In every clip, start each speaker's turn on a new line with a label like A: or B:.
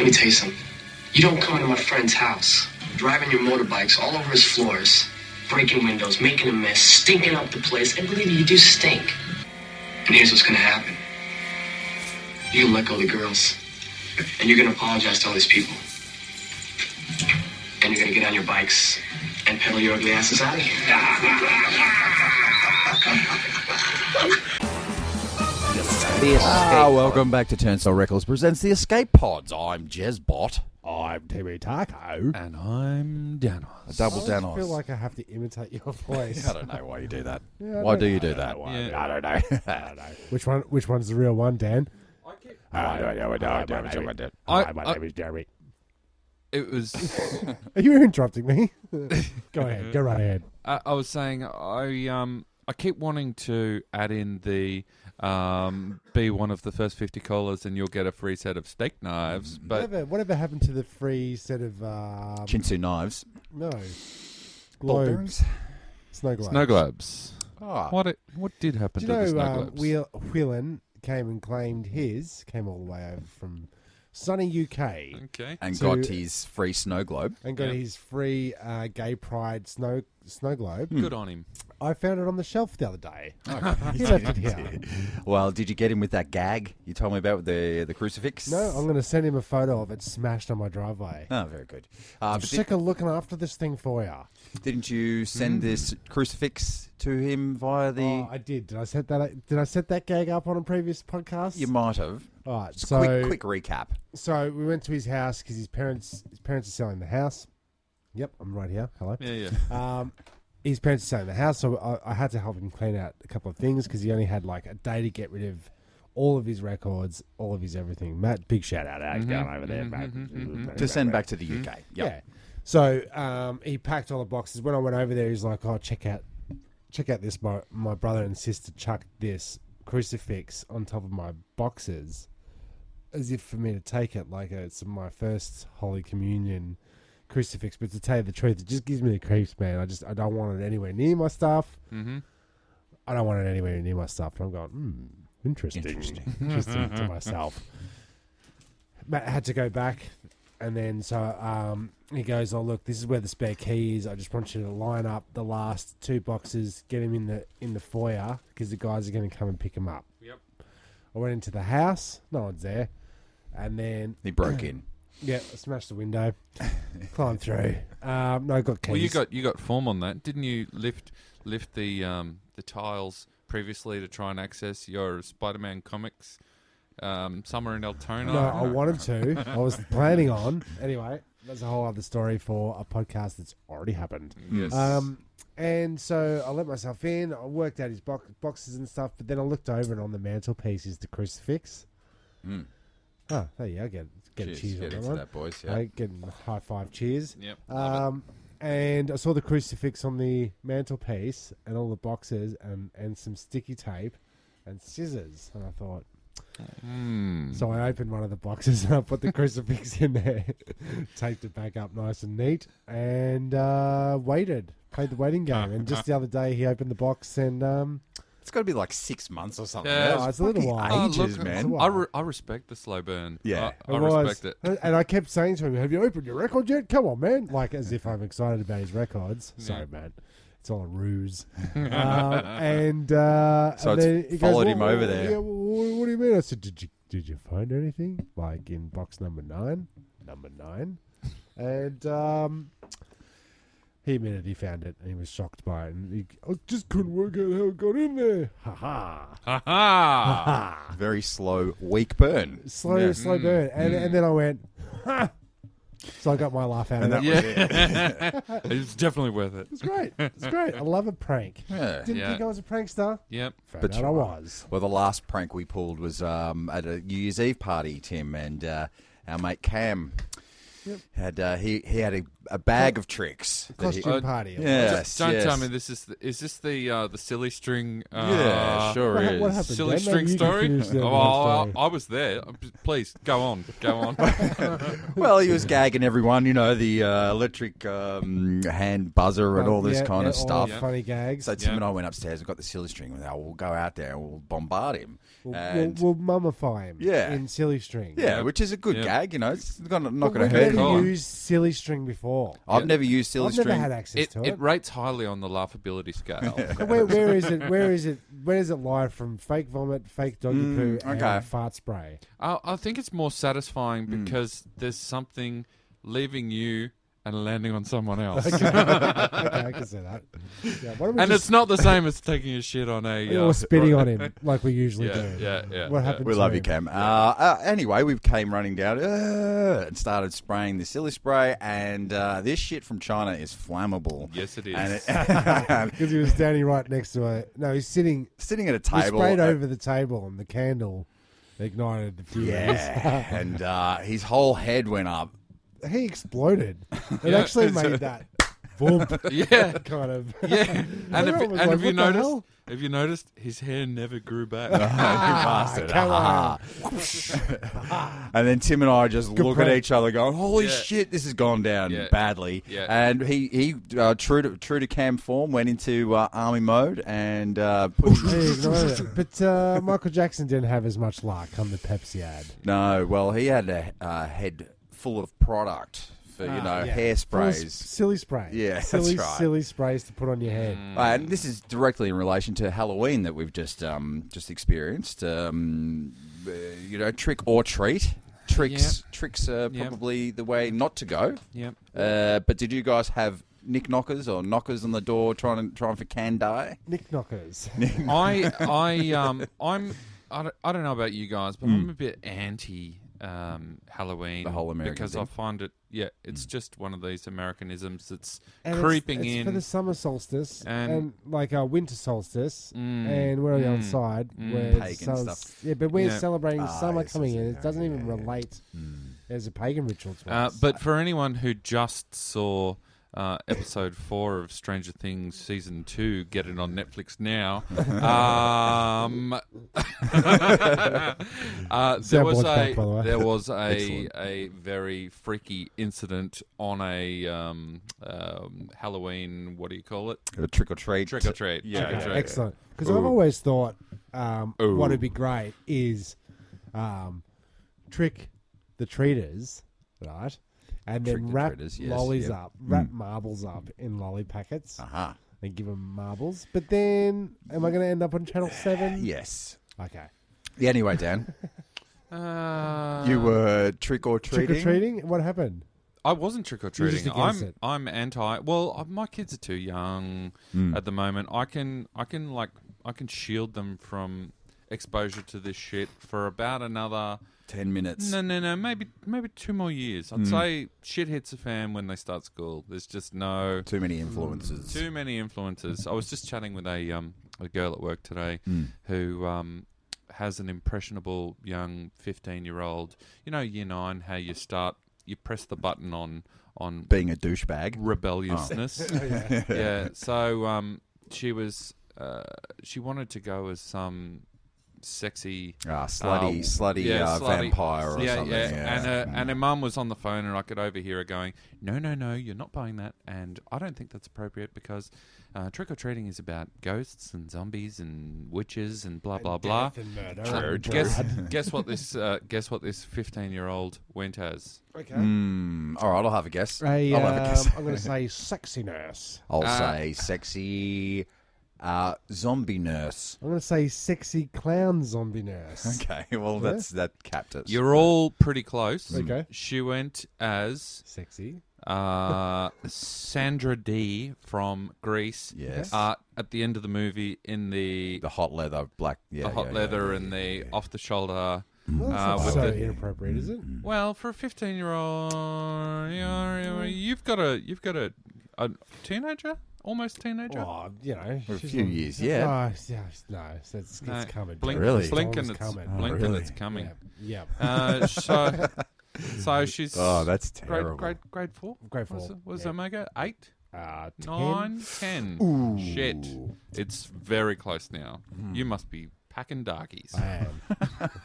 A: me tell you something. You don't come into my friend's house, driving your motorbikes all over his floors, breaking windows, making a mess, stinking up the place, and believe me, you do stink. And here's what's gonna happen. You're gonna let go of the girls, and you're gonna apologize to all these people, and you're gonna get on your bikes and pedal your ugly asses out of here.
B: Ah, welcome back to Turnstile Records presents the Escape Pods. I'm Jezbot.
C: I'm Timmy Taco.
B: And I'm Danos.
C: I
B: Double
C: always
B: Danos.
C: feel like I have to imitate your voice.
B: I don't know why you do that.
C: I
B: why
C: don't-
B: do you do that?
D: Yeah.
B: I don't know. I don't know.
C: which one? Which one's the real one, Dan? I don't know. I
B: I
C: don't
B: don't know.
C: know.
D: I-
C: Hi, My
D: I-
C: name is Jerry.
D: It was.
C: Are you interrupting me? go ahead. Go right ahead.
D: I, I was saying I um I keep wanting to add in the um be one of the first fifty callers and you'll get a free set of steak knives, but
C: Whatever, whatever happened to the free set of um,
B: Chinsu knives.
C: no
B: Ball
C: globes,
B: bearings.
C: snow globes?
D: snow globes.
B: Ah.
D: What it, what did happen
C: Do you
D: to
C: know
D: the snow
C: um,
D: globes?
C: Wheel, Whelan came and claimed his? Came all the way over from sunny UK
D: okay.
B: And
C: So-
B: got his free snow globe.
C: and got
D: Yeah.
C: his free uh, gay pride snow snow globe.
D: Good on him.
C: I found it on the shelf the other day.
D: Oh,
C: he left it here.
B: Well, did you get him with that gag you told me about with the, the crucifix?
C: No, I'm going to send him a photo of it smashed on my driveway.
B: Oh, very good. Uh,
C: I'm
B: but
C: sick of looking after this thing for ya.
B: did, didn't you send this crucifix to him via the.
C: Oh, I did. Did I set that? Did I set that gag up on a previous podcast?
B: you might have.
C: All right.
B: Just
C: So,
B: quick, quick recap.
C: so we went to his house because his parents, his parents are selling the house. Yep, I'm right here. Hello.
D: Yeah, yeah.
C: Um, his parents are selling the house, so I, I had to help him clean out a couple of things because he only had like a day to get rid of all of his records, all of his everything. Matt, big shout out, Alex,
D: Mm-hmm,
C: down over there, mate.
B: To send back to the UK. Yep.
C: Yeah. So um, he packed all the boxes. When I went over there, he's like, "Oh, check out, check out this. My my brother and sister chucked this crucifix on top of my boxes, as if for me to take it. Like it's my first Holy Communion crucifix. But to tell you the truth, it just gives me the creeps, man. I just I don't want it anywhere near my stuff. Mm-hmm. I don't want it anywhere near my stuff. And I'm going, hmm, interesting,
B: Interesting.
C: interesting to myself. Matt had to go back, and then so um, he goes, "Oh look, this is where the spare key is. I just want you to line up the last two boxes, get him in the in the foyer because the guys are going to come and pick him up."
D: Yep.
C: I went into the house, no one's there, and then
B: He broke in.
C: yeah, I smashed the window, climbed through. Um, no, I got keys.
D: Well, you got you got form on that, didn't you? Lift lift the um the tiles previously to try and access your Spider-Man comics. Um, somewhere in Eltona.
C: No, I wanted to. I was planning on. Anyway, that's a whole other story for a podcast that's already happened.
D: Yes.
C: Um, and so I let myself in. I worked out his box, boxes and stuff, but then I looked over and on the mantelpiece is the crucifix. Oh, there you go. Get, get a
B: Mm. Cheers.
C: cheers
B: Get
C: on that
B: into
C: one.
B: that, boys, yeah.
C: I get high five cheers.
D: Yep, love it.
C: Um, and I saw the crucifix on the mantelpiece and all the boxes and, and some sticky tape and scissors. And I thought, so I opened one of the boxes and I put the crucifix in there, taped it back up nice and neat, and uh, waited. Played the waiting game. And just the other day, he opened the box and um,
B: It's got to be like six months or something.
D: Yeah,
B: That's
C: it's a little
B: fucking
C: while.
D: Oh,
B: Ages,
D: look,
B: man.
C: it's a
D: I, re- I respect the slow burn.
B: Yeah.
D: I, I
C: was.
D: respect it.
C: And I kept saying to him, "Have you opened your record yet? Come on, man!" Like as if I'm excited about his records. Sorry, man. It's all a ruse. um, and uh,
B: So
C: and
B: it's
C: then he goes,
B: followed him
C: "Well,
B: over there."
C: Yeah, well, what do you mean? I said, "Did you did you find anything like in box number nine, number nine? And um, he admitted he found it and he was shocked by it. And he, I just couldn't work out how it got in there. Ha ha.
D: Ha
B: Ah.
D: ha!
B: Very slow, weak burn.
C: slow, slow
B: Mm.
C: burn. And, and then I went, ha! So I got my laugh out
B: And
C: of
B: that
C: it.
B: was it.
D: it's definitely worth it.
C: It's great. It's great. I love a prank.
B: Yeah.
C: Didn't
D: Yeah.
C: think I was a prankster.
D: Yep.
C: Found
B: But
C: out
B: you
C: I
B: are.
C: was.
B: Well, the last prank we pulled was um, at a New Year's Eve party, Tim, and uh, our mate Cam Had uh, he he had a, a bag of tricks. that he- Oh,
C: Costume
D: Uh,
C: party.
B: Yes,
D: Don't
B: yes.
D: tell me this is the, is this the uh, the silly string? Uh,
B: yeah, sure
C: What,
B: is.
C: what happened?
D: Silly
C: Dan? Maybe
D: string
C: you can
D: story.
C: finish the
D: Oh,
C: whole
D: I,
C: story.
D: I was there. Uh, Please go on, go on.
B: Well, he was gagging everyone, you know, the uh, electric um, hand buzzer and all this
C: Oh, Yeah,
B: kind
C: yeah,
B: of
C: all the
B: stuff.
C: Funny gags.
B: So Tim
D: Yeah.
B: and I went upstairs and got the silly string. and we'll go out there and we'll bombard him.
C: We'll,
B: and
C: we'll, we'll mummify him
B: Yeah.
C: in silly string.
B: yeah, which is a good
D: Yeah.
B: gag, you know. It's gonna, not
C: But
B: going
C: we've
B: to hurt
C: never
B: him.
D: Go on.
C: used silly string before.
B: I've never used silly
C: I've
B: string.
C: never had access
D: It,
C: to
D: it
C: it.
D: rates highly on the laughability scale.
C: where, where is it? Where is it? Where does it lie from? Fake vomit, fake doggy poo,
B: Mm, okay.
C: and fart spray.
D: I, Uh, I think it's more satisfying
B: Hmm.
D: because there's something leaving you and landing on someone else,
C: okay, I can say that. Yeah, why don't we
D: and
C: just,
D: it's not the same as taking a shit on a uh,
C: or spitting on him like we usually
D: Yeah,
C: do.
D: yeah, yeah.
C: What
D: yeah.
C: happened?
B: We
C: to
B: love you,
C: him?
B: Cam. Uh, uh, anyway, we came running down uh, and started spraying the silly spray, and uh, this shit from China is flammable.
D: Yes, it is.
B: And it,
C: Because he was standing right next to her. No, he's sitting.
B: sitting at a
C: He
B: table. uh,
C: sprayed over the table, and the candle ignited the fuse.
B: Yeah, and uh, his whole head went up.
C: he exploded. It
D: Yeah.
C: actually made that boom
D: yeah.
C: kind of.
D: Yeah, and if,
C: Everyone
D: and
C: was like,
D: have you
C: "What the
D: noticed?
C: hell?" Uh-huh.
D: Have you noticed his hair never grew back?
B: Bastard.
C: come on.
B: Ah, and then Tim and I just look
C: prank.
B: at each other, going, "Holy
D: Yeah.
B: shit, this has gone down
D: Yeah.
B: badly."
D: Yeah.
B: And he, he uh, true to true to Cam form, went into uh, army mode and uh, put.
C: He ignited it. But uh, Michael Jackson didn't have as much luck on the Pepsi ad.
B: No, well, he had a uh, head full of product for you know
C: Ah, yeah. Full of s-
B: hairsprays.
C: silly spray.
B: Yeah, that's
C: silly,
B: right.
C: silly sprays to put on your head.
D: Mm.
B: Uh, and this is directly in relation to Halloween that we've just um, just experienced. Um, uh, you know, trick or treat. Tricks, tricks are
D: Yeah.
B: probably the way not to go.
D: yep.
B: Uh, but did you guys have nick knockers or knockers on the door trying to, trying for candy?
C: Nick knockers.
D: I I um I'm I don't, I don't know about you guys, but
C: Hmm.
D: I'm a bit anti um, Halloween,
B: The whole American
D: because I
B: thing.
D: find it yeah, it's just one of these Americanisms that's
C: And it's-
D: creeping
C: it's
D: in.
C: for the summer solstice
D: And-
C: and, like our winter solstice, and we're on the outside where
B: Mm, Pagan
C: the sun's-
B: stuff.
C: Yeah, but we're
D: Yeah.
C: celebrating the
B: Ah,
C: summer
B: yes,
C: coming
B: yes,
C: in.
B: yeah,
C: It doesn't even
B: yeah, Mm. yeah.
C: relate as a pagan ritual to
D: Uh,
C: us.
D: but for anyone who just saw uh, episode four of Stranger Things season two, get it on Netflix now. Um, uh, there was
C: Soundboard's back,
D: a
C: by the way.
D: there was a
B: Excellent.
D: a very freaky incident on a um, um, Halloween. What do you call it?
B: A trick or treat.
D: Trick or treat. Yeah,
C: Okay,
D: trick or treat.
C: excellent. Because I've always thought um,
B: Ooh.
C: what would be great is um, trick the treaters, right? And then
B: Trick the
C: wrap
B: treaters, yes,
C: lollies
B: yep. Mm. Uh-huh.
C: up, wrap marbles up in lolly packets,
B: Aha.
C: and give them marbles. But then, am I going to end up on Channel
B: Hmm.
C: Seven?
B: Yes.
C: Okay.
B: Yeah, anyway, Dan,
D: Uh,
B: you were trick or treating.
C: Trick or treating? What happened?
D: I wasn't trick or treating. I'm
C: against it.
D: I'm anti. Well, uh, my kids are too young
C: Hmm.
D: at the moment. I can I can like I can shield them from exposure to this shit for about another
B: Ten minutes.
D: no no no maybe maybe two more years.
C: Hmm.
D: I'd say shit hits a fan when they start school. There's just no
B: Too many influences.
D: too many influences. I was just chatting with a um a girl at work today
C: Hmm.
B: Hmm.
D: who um has an impressionable young fifteen year old. You know, year nine, how you start you press the button on on
B: Being a douchebag.
D: rebelliousness. Oh, yeah. So um she was uh she wanted to go as some sexy
B: Ah, slutty,
D: uh,
B: slutty,
D: yeah,
B: uh,
D: slutty.
B: vampire or
D: yeah,
B: something.
D: Yeah,
B: yeah. Mm.
D: and uh, her, and her mum was on the phone, and I could overhear her going, "No, no, no, you're not buying that, and I don't think that's appropriate because uh, trick or treating is about ghosts and zombies and witches and blah blah blah."
C: murder.
D: Uh, guess guess what this uh, guess what this fifteen year old went as?
C: Okay.
B: Mm, all right, I'll have a guess.
C: I,
B: I'll have a guess.
C: um, I'm going to say sexy nurse.
B: I'll
D: Uh,
B: say sexy uh, zombie nurse.
C: I'm going to say sexy clown zombie nurse.
B: Okay, well that's that capped us.
D: You're all pretty close.
C: Okay.
D: She went as
C: Sexy.
D: uh, Sandra D from Greece.
B: Yes.
D: Uh, at the end of the movie, in the
B: the hot leather black. Yeah,
D: the hot
B: yeah, yeah,
D: leather
B: yeah,
D: and
B: yeah,
D: the
B: yeah.
D: off the shoulder.
B: Mm.
C: Well, that's
D: Uh,
C: not
D: with
C: so
D: the-
C: inappropriate, is it?
D: Well, for a fifteen-year-old, you've got a you've got a, a teenager, almost teenager.
C: Oh, you know,
B: For a
C: she's
B: few
C: on-
B: years, yeah.
C: No, it's- yeah, it's- no, it's, it's, it's
D: No,
C: coming.
D: blink,
B: Really?
D: blink,
C: It's Oh,
D: and
C: always
D: it's Uh,
C: coming.
D: blink,
B: Oh,
D: and
B: really?
D: it's coming.
C: Yeah. yeah.
D: Uh, so So she's
E: Oh, that's
D: grade,
E: terrible.
D: grade grade four.
C: Grade
D: What is
C: four,
D: it- what is
C: yeah.
D: Omega eight?
C: Uh, 10.
D: Nine, ten. Shit. It's very close now. You must be packing darkies.
C: I am.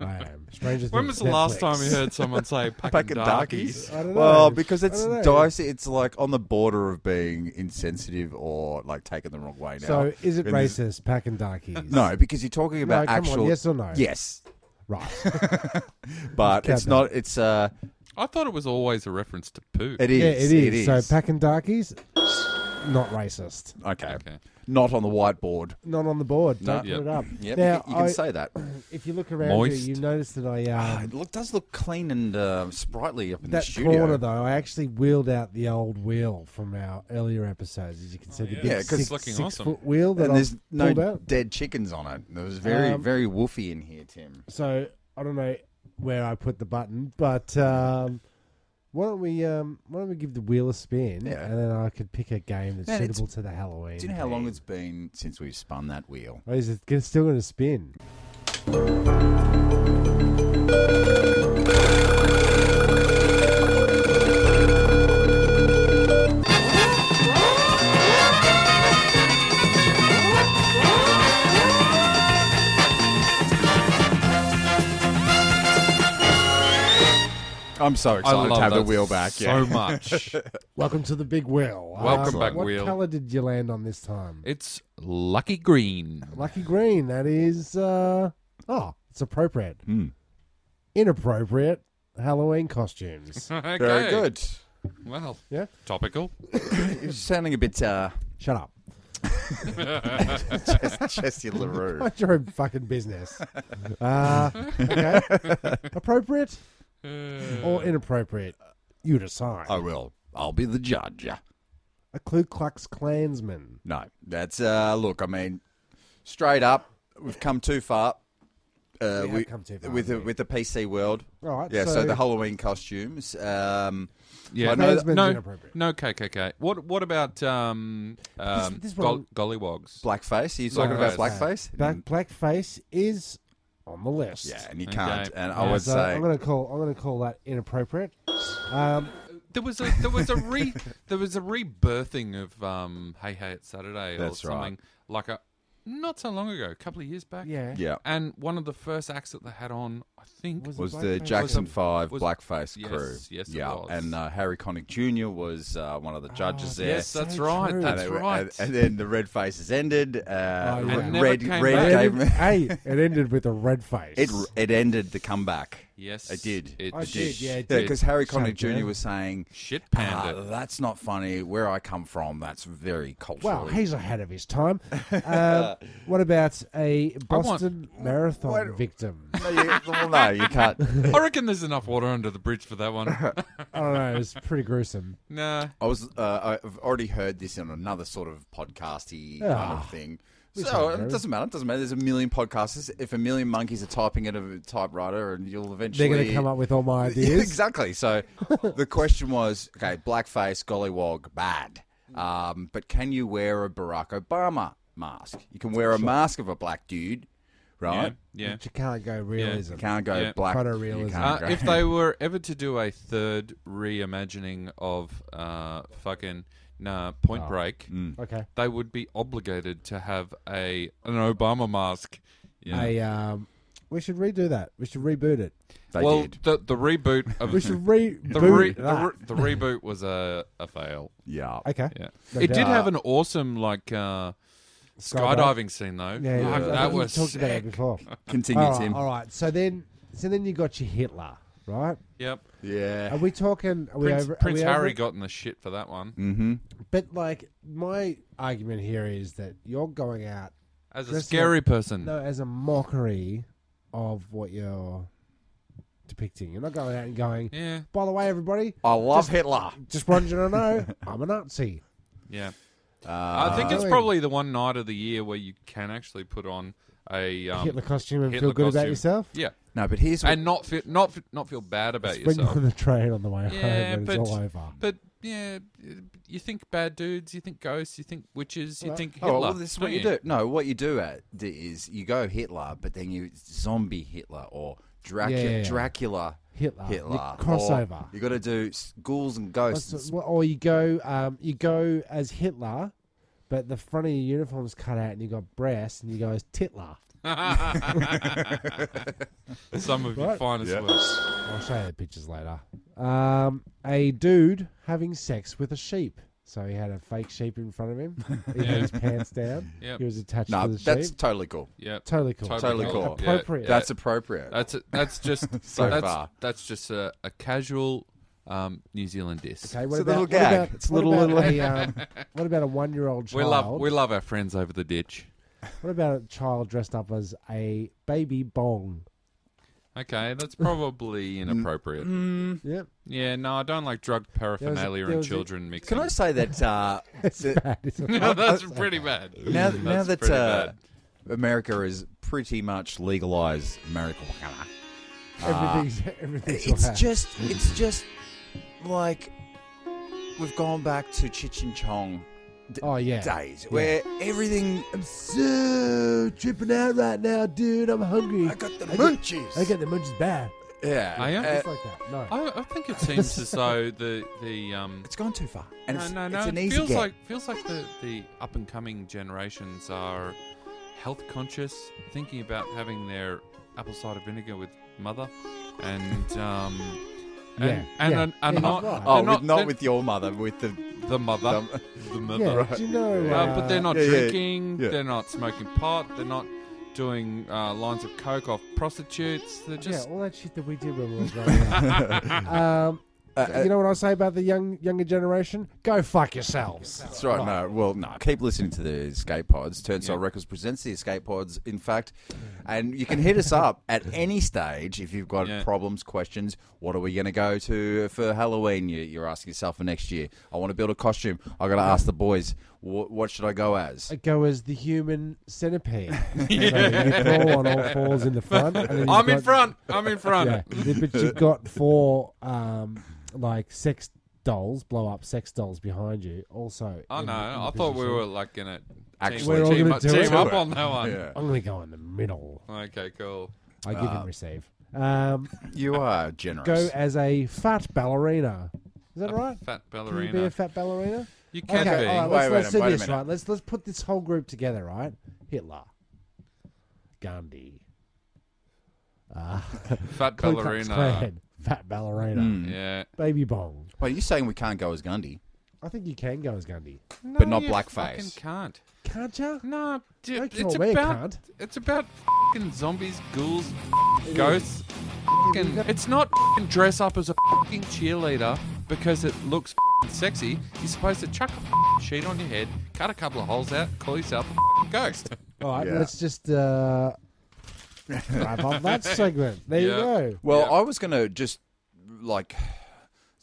C: I am. Stranger
D: When
C: Things
D: was the last
C: Netflix.
D: time you heard someone say packing,
B: Packing
D: darkies?
B: darkies.
C: I don't know.
B: Well, because it's
C: I don't know.
B: dicey. It's like on the border of being insensitive or like taken the wrong way now.
C: So is it
B: In this-
C: racist, pack and darkies?
B: No, because you're talking about
C: come on,
B: actual.
C: yes or no?
B: Yes,
C: Right.
B: but
C: Count
B: it's
C: that.
B: not. It's uh,
D: I thought it was always a reference to poo.
B: it is.
C: yeah, it is. So pack and darkies, not racist.
B: okay.
D: Okay.
B: not on the whiteboard.
C: Not on the board. Don't
D: No.
C: put it up.
B: Yeah, you,
C: Now,
B: can- you can
C: I-
B: say that.
C: if you look around
D: Moist.
C: here, you notice that I
B: Ah,
C: um,
B: it look, does look clean and uh, sprightly up in
C: that
B: the studio.
C: corner though. I actually wheeled out the old wheel from our earlier episodes, as you can see. the
D: Oh, yeah.
C: big
B: Yeah, 'cause
C: six,
D: it's looking
C: six
D: awesome.
C: foot wheel that
B: and
C: I
B: there's no
C: pulled out.
B: dead chickens on it. It was very,
C: Um,
B: very woofy in here, Tim.
C: So I don't know where I put the button, but um, why don't we um, why don't we give the wheel a spin,
B: Yeah.
C: and then I could pick a game that's
B: Man, it's-
C: suitable to the Halloween.
B: Do you know how long
C: theme.
B: it's been since we've spun that wheel?
C: Oh, is it g- still going to spin?
B: I'm so
D: I
B: excited
D: love
B: to have the
D: that
B: wheel back.
D: so
B: yeah.
D: much.
C: Welcome to the big wheel. Uh,
D: Welcome back,
C: what
D: wheel.
C: color did you land on this time?
D: it's lucky green.
C: Lucky green. That is. Uh, oh, it's appropriate.
B: Hmm.
C: Inappropriate Halloween costumes.
D: okay.
B: Very good.
D: Well,
C: Yeah.
D: topical.
B: You're sounding a bit uh,
C: Shut up.
B: Chesty LaRue.
C: Mind your own fucking business. Uh, okay. Appropriate
B: Uh.
C: or inappropriate? You decide.
B: I will. I'll be the judge.
C: A Ku Klux Klansman.
B: No, that's uh, look. I mean, straight up, we've come too far. Uh,
C: We have come too far,
B: with the,
C: haven't we?
B: with the PC world.
C: All right,
B: Yeah. So,
C: so-
B: the Halloween costumes. Um,
D: Yeah.
B: I know that-
C: Klansman's
D: no,
C: inappropriate.
D: no KKK. What what about um, um
C: this is what
D: gol- gollywogs?
B: blackface. Are you talking about blackface?
C: Black, Oh, blackface is on the list.
B: Yeah, and you
D: Okay.
B: can't. And I uh,
D: Yeah,
B: would
C: So
B: say
C: I'm gonna call. I'm gonna call that inappropriate. Um,
D: There was a there was a re there was a rebirthing of um Hey Hey It's Saturday
B: That's
D: or
B: right.
D: something like a not so long ago, a couple of years back.
C: yeah.
B: yeah.
D: And one of the first acts that they had on, I think,
C: Was
D: was
C: it
B: Was the
C: blackface?
B: Jackson
D: Was it-
B: Five
D: was-
B: blackface
D: Yes,
B: crew?
D: yes, it
B: yeah,
D: was.
B: and uh, Harry Connick Jr. was uh, one of
C: Ah,
B: the judges there.
D: yes,
C: so
D: that's right,
C: true.
D: that's
B: and, it-
D: right.
B: and, and then the red faces ended. Uh,
C: Oh, yeah. And
B: red
D: never
B: red
D: came
C: It
D: back.
B: gave
C: ended, hey, it ended with a red face.
B: It it ended the comeback.
D: yes,
B: it did.
D: It
C: I did, yeah, it
B: Yeah,
C: did.
B: because Harry Connick
C: Shut
B: Jr.
C: down.
B: was saying,
D: Shit
B: ah,
D: panda.
B: "That's not funny. Where I come from, that's very culturally."
C: Well, he's ahead of his time. Um, what about a
D: want-
C: Boston Marathon victim?
B: no, you, well, no, you can't.
D: I reckon there's enough water under the bridge for that one.
C: I don't know. It's pretty gruesome.
D: nah.
B: I was. Uh, I've already heard this in another sort of podcasty kind
C: Ah,
B: of thing. So
C: don't
B: it
C: know.
B: doesn't matter. It doesn't matter. There's a million podcasts. If a million monkeys are typing at a typewriter, and you'll eventually
C: They're going to come up with all my
B: Yeah,
C: ideas.
B: exactly. So the question was, okay, blackface, gollywog, bad. Um, but can you wear a Barack Obama mask? You can wear a mask of a black dude,
D: Yeah.
B: right?
D: Yeah.
C: But you can't go realism.
B: You can't go
D: Yeah.
B: black.
C: Photorealism.
B: you can't
D: Uh,
B: go-
D: if they were ever to do a third reimagining of uh, fucking nah, Point
B: Oh.
D: Break,
B: Mm.
C: Okay.
D: they would be obligated to have a an Obama mask. Yeah.
C: I, um, we should redo that. We should reboot it.
B: they
D: well,
B: did.
D: the the reboot of
C: We should reboot
D: the, re, the,
C: that.
D: re- the reboot was a, a fail.
B: Yeah.
C: okay.
D: Yeah,
C: No
D: it did
C: doubt.
D: have an awesome like uh,
C: Skydive.
D: skydiving scene though.
C: Yeah, yeah,
D: Fuck,
C: I
D: that
C: think we
D: was
C: talked about it
D: sick.
C: before.
B: Continue,
C: all, right,
B: Tim.
C: all right. So then, so then you got your Hitler, right?
D: Yep,
C: Are
B: Yeah.
C: we talking? Are we
D: Prince,
C: over? are
D: Prince
C: we over
D: Harry
C: it?
D: got in the shit for that one
B: Mm-hmm.
C: But like, my argument here is that you're going out
D: as a
C: Dressing
D: scary person.
C: No, as a mockery of what you're depicting. You're not going out and going,
D: Yeah,
C: by the way, everybody,
B: I love Hitler.
C: just wanted you to know, I'm a Nazi.
D: yeah.
B: Uh,
D: I think it's
C: Doing-
D: probably the one night of the year where you can actually put on a um,
C: Hitler costume and
D: Hitler
C: feel good about
D: costume.
C: yourself.
D: Yeah,
B: no, but here's what
D: and not feel not fe- not feel bad about
C: When you're
D: yourself.
C: on the train on the way
D: Yeah,
C: home, and
D: but-
C: it's all over.
D: But yeah, you think bad dudes, you think ghosts, you think witches, you think Hitler.
B: Oh, well, this is what uh,
D: don't
B: you do. No, what you do at, is you go Hitler, but then you zombie Hitler or Dracu-
C: Yeah, yeah, yeah.
B: Dracula,
C: Hitler. You
B: Hitler.
D: Oh,
C: crossover.
B: Or you got to do s- ghouls and ghosts.
C: What's- what- or you go, um, you go as Hitler, but the front of your uniform's cut out, and you got breasts, and you go as Titler.
D: Some of your
C: Right.
D: finest
B: Yeah.
D: works.
C: I'll show you the pictures later. Um, a dude having sex with a sheep. So he had a fake sheep in front of him. He had his pants down.
D: Yep.
C: He was attached
B: no,
C: to the
B: that's
C: sheep.
B: totally cool.
D: Yep.
C: Totally cool.
B: Totally cool.
D: Yeah,
C: Appropriate.
D: yeah.
B: That's appropriate.
D: That's that's just
B: So
D: that's,
B: far.
D: That's just a, a casual um, New Zealand diss.
C: Okay, what
B: It's a
C: about,
B: little
C: what
B: gag.
C: about-
B: It's a
C: what
B: little-
C: about a, um, what about a one-year-old child?
D: We love we love our friends over the ditch.
C: What about a child dressed up as a baby bong?
D: Okay, that's probably inappropriate.
B: Mm.
C: Yep.
D: Yeah, no, I don't like drug
C: there
D: paraphernalia and
C: was a-
D: children mixing.
B: Can I say that? Uh, that
D: No, that's pretty bad.
B: now,
D: That's
B: now that
D: pretty
B: uh,
D: bad.
B: America is pretty much legalized marijuana,
C: everything's everything's
B: it's
C: alright.
B: just it's just like we've gone back to Chich and Chong d-
C: Oh, yeah.
B: days
C: Yeah.
B: where everything I'm
C: so tripping out right now, dude. I'm hungry.
B: I got the
C: I got-
B: munchies.
C: I got the munchies bad.
B: yeah,
D: I am.
B: uh,
C: Just like that. No.
D: I, I think it seems as though the the um.
B: it's gone too far, and it's,
D: no, no, no.
B: it's an
D: it
B: easy
D: feels
B: get.
D: like feels like the the up and coming generations are health conscious, thinking about having their apple cider vinegar with mother, and um, and,
C: Yeah,
D: and
C: yeah.
D: Are, are
C: Yeah,
D: not,
C: you're right.
B: oh,
D: they're
B: with- not,
D: they're-
B: with your mother, with the,
D: the mother,
B: the-
D: the mother.
C: yeah, do you know?
D: Uh, but they're not
B: Yeah, yeah,
D: drinking.
B: yeah.
D: They're not smoking pot. They're not doing uh, lines of coke off prostitutes. They're just
C: yeah, all that shit that we did when we were growing up. um,
D: Uh,
C: you know what I say about the young younger generation? Go fuck yourselves.
B: That's right. No, well, no. Keep listening to the Escape Pods. Turnstile
D: Yeah.
B: Records presents the Escape Pods. In fact, and you can hit us up at any stage if you've got
D: Yeah.
B: problems, questions. What are we going to go to for Halloween? You, you're asking yourself for next year. I want to build a costume. I got to ask the boys. What, what should I go as?
C: I go as the human centipede. So you crawl on all fours in the front. And then you've
D: I'm in
C: got-
D: front. I'm in front.
C: Yeah, but you've got four um, like sex dolls, blow up sex dolls behind you. Also,
D: Oh
C: in
D: no!
C: the- in the
D: I thought we
C: position.
D: were like gonna team,
B: Actually-
C: We're all
D: team,
C: gonna
D: up-
C: do it.
D: team up on that one.
B: Yeah,
C: I'm gonna go in the middle.
D: Okay, cool.
C: I give
D: Uh,
C: and receive. Um,
B: you are generous.
C: go as a fat ballerina. Is that right?
D: Fat
C: Can you
D: ballerina.
C: be a fat ballerina?
D: You can
C: okay,
D: be.
C: all right,
B: Wait a
C: let's,
B: minute,
C: let's do
B: wait a
C: this,
B: minute.
C: right? Let's let's put this whole group together, right? Hitler, Gandhi,
D: Fat
C: Ku Klux
D: ballerina.
C: Klan, fat ballerina,
B: Hmm.
D: Yeah.
C: baby bong.
B: Wait, are you saying we can't go as Gundy?
C: I think you can go as Gandhi,
D: No,
B: But not
D: you
B: blackface.
D: fucking Can't.
C: can't you?
D: No. d-
C: Don't
D: it's
C: call me a
D: about.
C: cunt.
D: It's about fucking zombies, ghouls, ghosts. Fucking,
C: got-
D: it's not fucking dress up as a fucking cheerleader because it looks fucking sexy. You're supposed to chuck a fucking sheet on your head, cut a couple of holes out, call yourself a fucking ghost.
C: All right,
B: Yeah.
C: let's just uh, wrap up that segment. There
D: Yeah.
C: you go.
B: Well,
D: Yeah.
B: I was going to just like.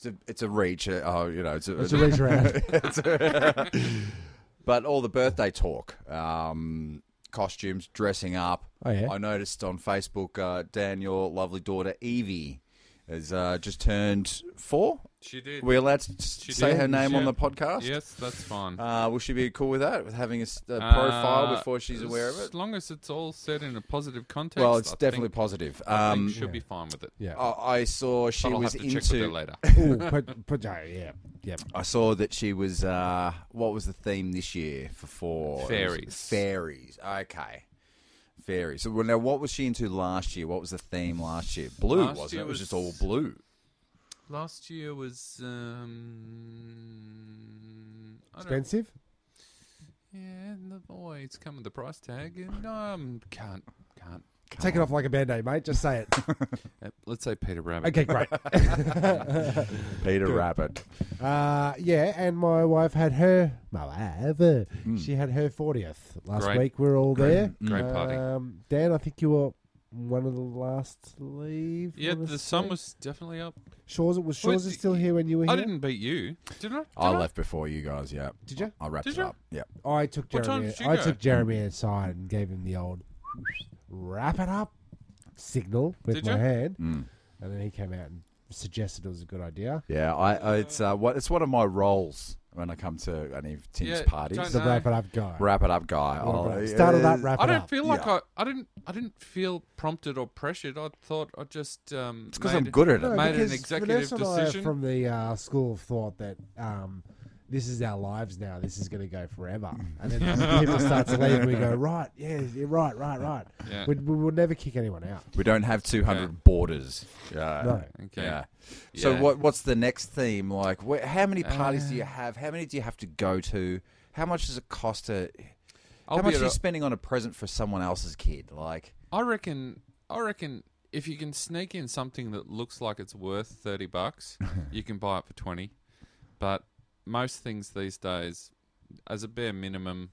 B: It's a, it's a reach. uh, Oh, you know, it's a,
C: It's a reach around.
B: But all the birthday talk, um, costumes, dressing up.
C: Oh, yeah?
B: I noticed on Facebook, uh, Dan, your lovely daughter Evie has uh, just turned four.
D: She did.
B: We're allowed to s-
D: She
B: say
D: did,
B: her name on
D: yeah.
B: the podcast.
D: Yes, that's fine.
B: Uh, will she be cool with that? With having a, s- a profile
D: Uh,
B: before she's aware of
D: As
B: it?
D: long as it's all said in a positive context.
B: Well, it's
D: I
B: definitely
D: think,
B: positive.
D: I
B: Um,
D: think she'll be fine with it.
C: yeah.
B: I, I saw she
D: But I'll
B: was
D: have to check with her
B: into.
D: later.
C: Oh, Ooh, put, put, yeah, yeah, yeah.
B: I saw that she was. Uh, what was the theme this year for four? It was
D: Fairies.
B: Fairies. Okay. Fairies. So well, now, what was she into last year? What was the theme last year? Blue,
D: Last
B: wasn't
D: year
B: it? It was
D: was-
B: just all blue.
D: Last year was um, I don't-
C: Expensive?
D: Yeah, and the boy, it's come with the price tag, and um, can't can't.
C: Take it off like a band aid, mate. Just say it.
D: Uh, let's say Peter Rabbit.
C: okay, great.
B: Peter Rabbit.
C: Uh, yeah, and my wife had her. My wife, uh, she had her fortieth last
D: Hmm. Great.
C: week. We are all there.
D: Great party.
C: Um, Dan, I think you were one of the last to leave.
D: Yeah,
C: I wanna
D: the sun
C: say.
D: was definitely up.
C: Shores. It was Shores
D: Wait,
C: is still here when you were
D: I
C: here.
D: didn't beat you, did I? Did
B: I left before you guys, yeah.
C: Did you?
B: I wrapped
D: Did
B: it
D: you?
B: up. Yeah.
C: I took
D: What time
C: Jeremy.
D: did you
C: I
D: go?
C: took Jeremy aside and gave him the old wrap it up signal with
D: Did
C: my
D: you?
B: Mm.
C: hand, and then he came out and suggested it was a good idea.
B: Yeah, I, I it's uh, what it's one of my roles when I come to any of Tim's
D: Yeah,
B: parties.
D: don't
C: The
D: No.
C: wrap it up guy.
B: Wrap it up, guy.
C: Wrap it
B: I'll-
C: up. Start it up,
B: uh,
C: wrap
D: I
C: it
D: don't
C: up.
D: feel like
B: Yeah.
D: I, I didn't I didn't feel prompted or pressured. I thought I just um
B: It's because
D: made
B: I'm
D: it-
B: good at it.
D: No, made an
C: because
D: executive
C: Vanessa and I are
D: decision.
C: from the uh, school of thought that um, this is our lives now. This is going to go forever. And then people start to leave, and we go, right, yeah, you're right, right, right.
D: Yeah.
C: We'd, we would never kick anyone out.
B: We don't have 200
D: Okay.
B: borders. Uh, Yeah.
C: No.
D: Okay.
B: Yeah. So
D: Yeah. Uh,
B: what? What's the next theme? Like, wh- how many parties do you have? How many do you have to go to? How much does it cost to?
D: I'll
B: how
D: be
B: much
D: at
B: are you
D: a-
B: spending on a present for someone else's kid? Like,
D: I reckon. I reckon if you can sneak in something that looks like it's worth thirty bucks, you can buy it for twenty. But most things these days, as a bare minimum,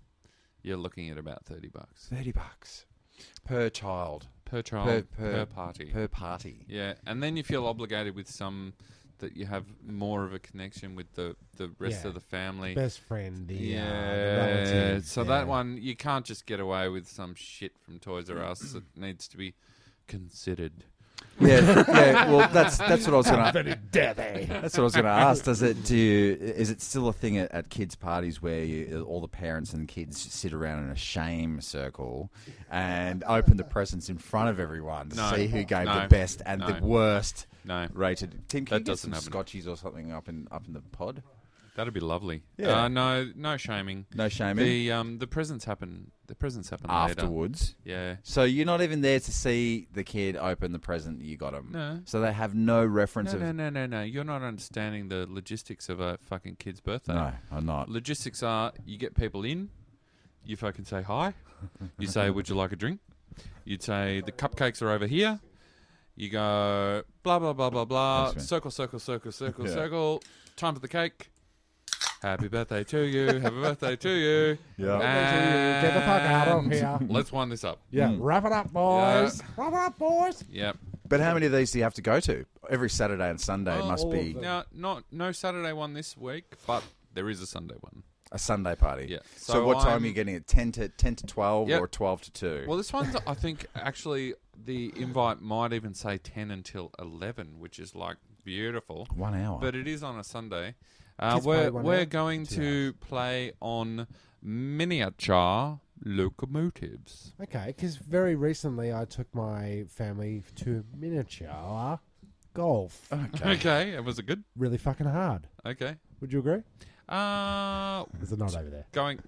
D: you're looking at about thirty bucks
B: thirty bucks per child,
D: per child
B: per
D: per,
B: per,
D: party.
B: per party.
D: yeah, and then you feel obligated with some that you have more of a connection with the the rest
C: Yeah.
D: of the family.
C: Best friend, the,
D: Yeah,
C: uh, the relative.
D: so
C: yeah.
D: that one you can't just get away with some shit from Toys R Us. it needs to be considered.
B: Yeah, yeah. Well, that's that's what I was
C: How
B: gonna.
C: very dare they?
B: That's what I was gonna ask. Does it do? You, is it still a thing at, at kids' parties where you, all the parents and kids sit around in a shame circle and open the presents in front of everyone to
D: No.
B: see who gave the
D: No.
B: best and the
D: No.
B: worst?
D: No,
B: rated. Tim, can
D: That
B: you get
D: doesn't
B: some
D: happen.
B: scotchies or something up in up in the pod?
D: that'd be lovely.
B: Yeah.
D: Uh, no, no shaming.
B: No shaming.
D: The um the presents happen. The presents happen Later.
B: Afterwards,
D: Yeah.
B: so you're not even there to see the kid open the present that you got him.
D: No.
B: So they have no reference
D: No,
B: of.
D: no, no, no, no. You're not understanding the logistics of a fucking kid's birthday.
B: No, I'm not.
D: Logistics are you get people in, you fucking say hi, you say, Would you like a drink? You'd say, The cupcakes are over here. You go, blah, blah, blah, blah, blah,
B: Thanks, man.
D: circle, circle, circle, circle,
B: Yeah.
D: circle, time for the cake. Happy birthday to you. Happy birthday to you.
B: Yeah.
C: Happy birthday to you. Get the fuck out of
D: And Mm.
C: here.
D: Let's wind this up.
C: Yeah, wrap it up, boys. Wrap it up, boys.
D: Yep.
B: But how many of these do you have to go to? Every Saturday and Sunday
D: Oh,
B: must
C: all
B: be
C: of them.
D: Now, not no Saturday one this week, but there is a Sunday one.
B: a Sunday party.
D: Yeah.
B: So,
D: So
B: what time
D: I'm-
B: are you getting it? Ten to ten to twelve
D: Yep.
B: or twelve to two?
D: Well, this one's I think actually the invite might even say ten until eleven, which is like beautiful.
B: One hour.
D: But it is on a Sunday. Uh,
C: Kids play
D: we're
C: one
D: we're
C: hour,
D: going to play on miniature locomotives.
C: Okay, because very recently I took my family to miniature golf.
B: okay.
D: Okay, it was a good.
C: Really fucking hard.
D: Okay.
C: Would you agree?
D: Uh,
C: There's a knot over there.
D: going.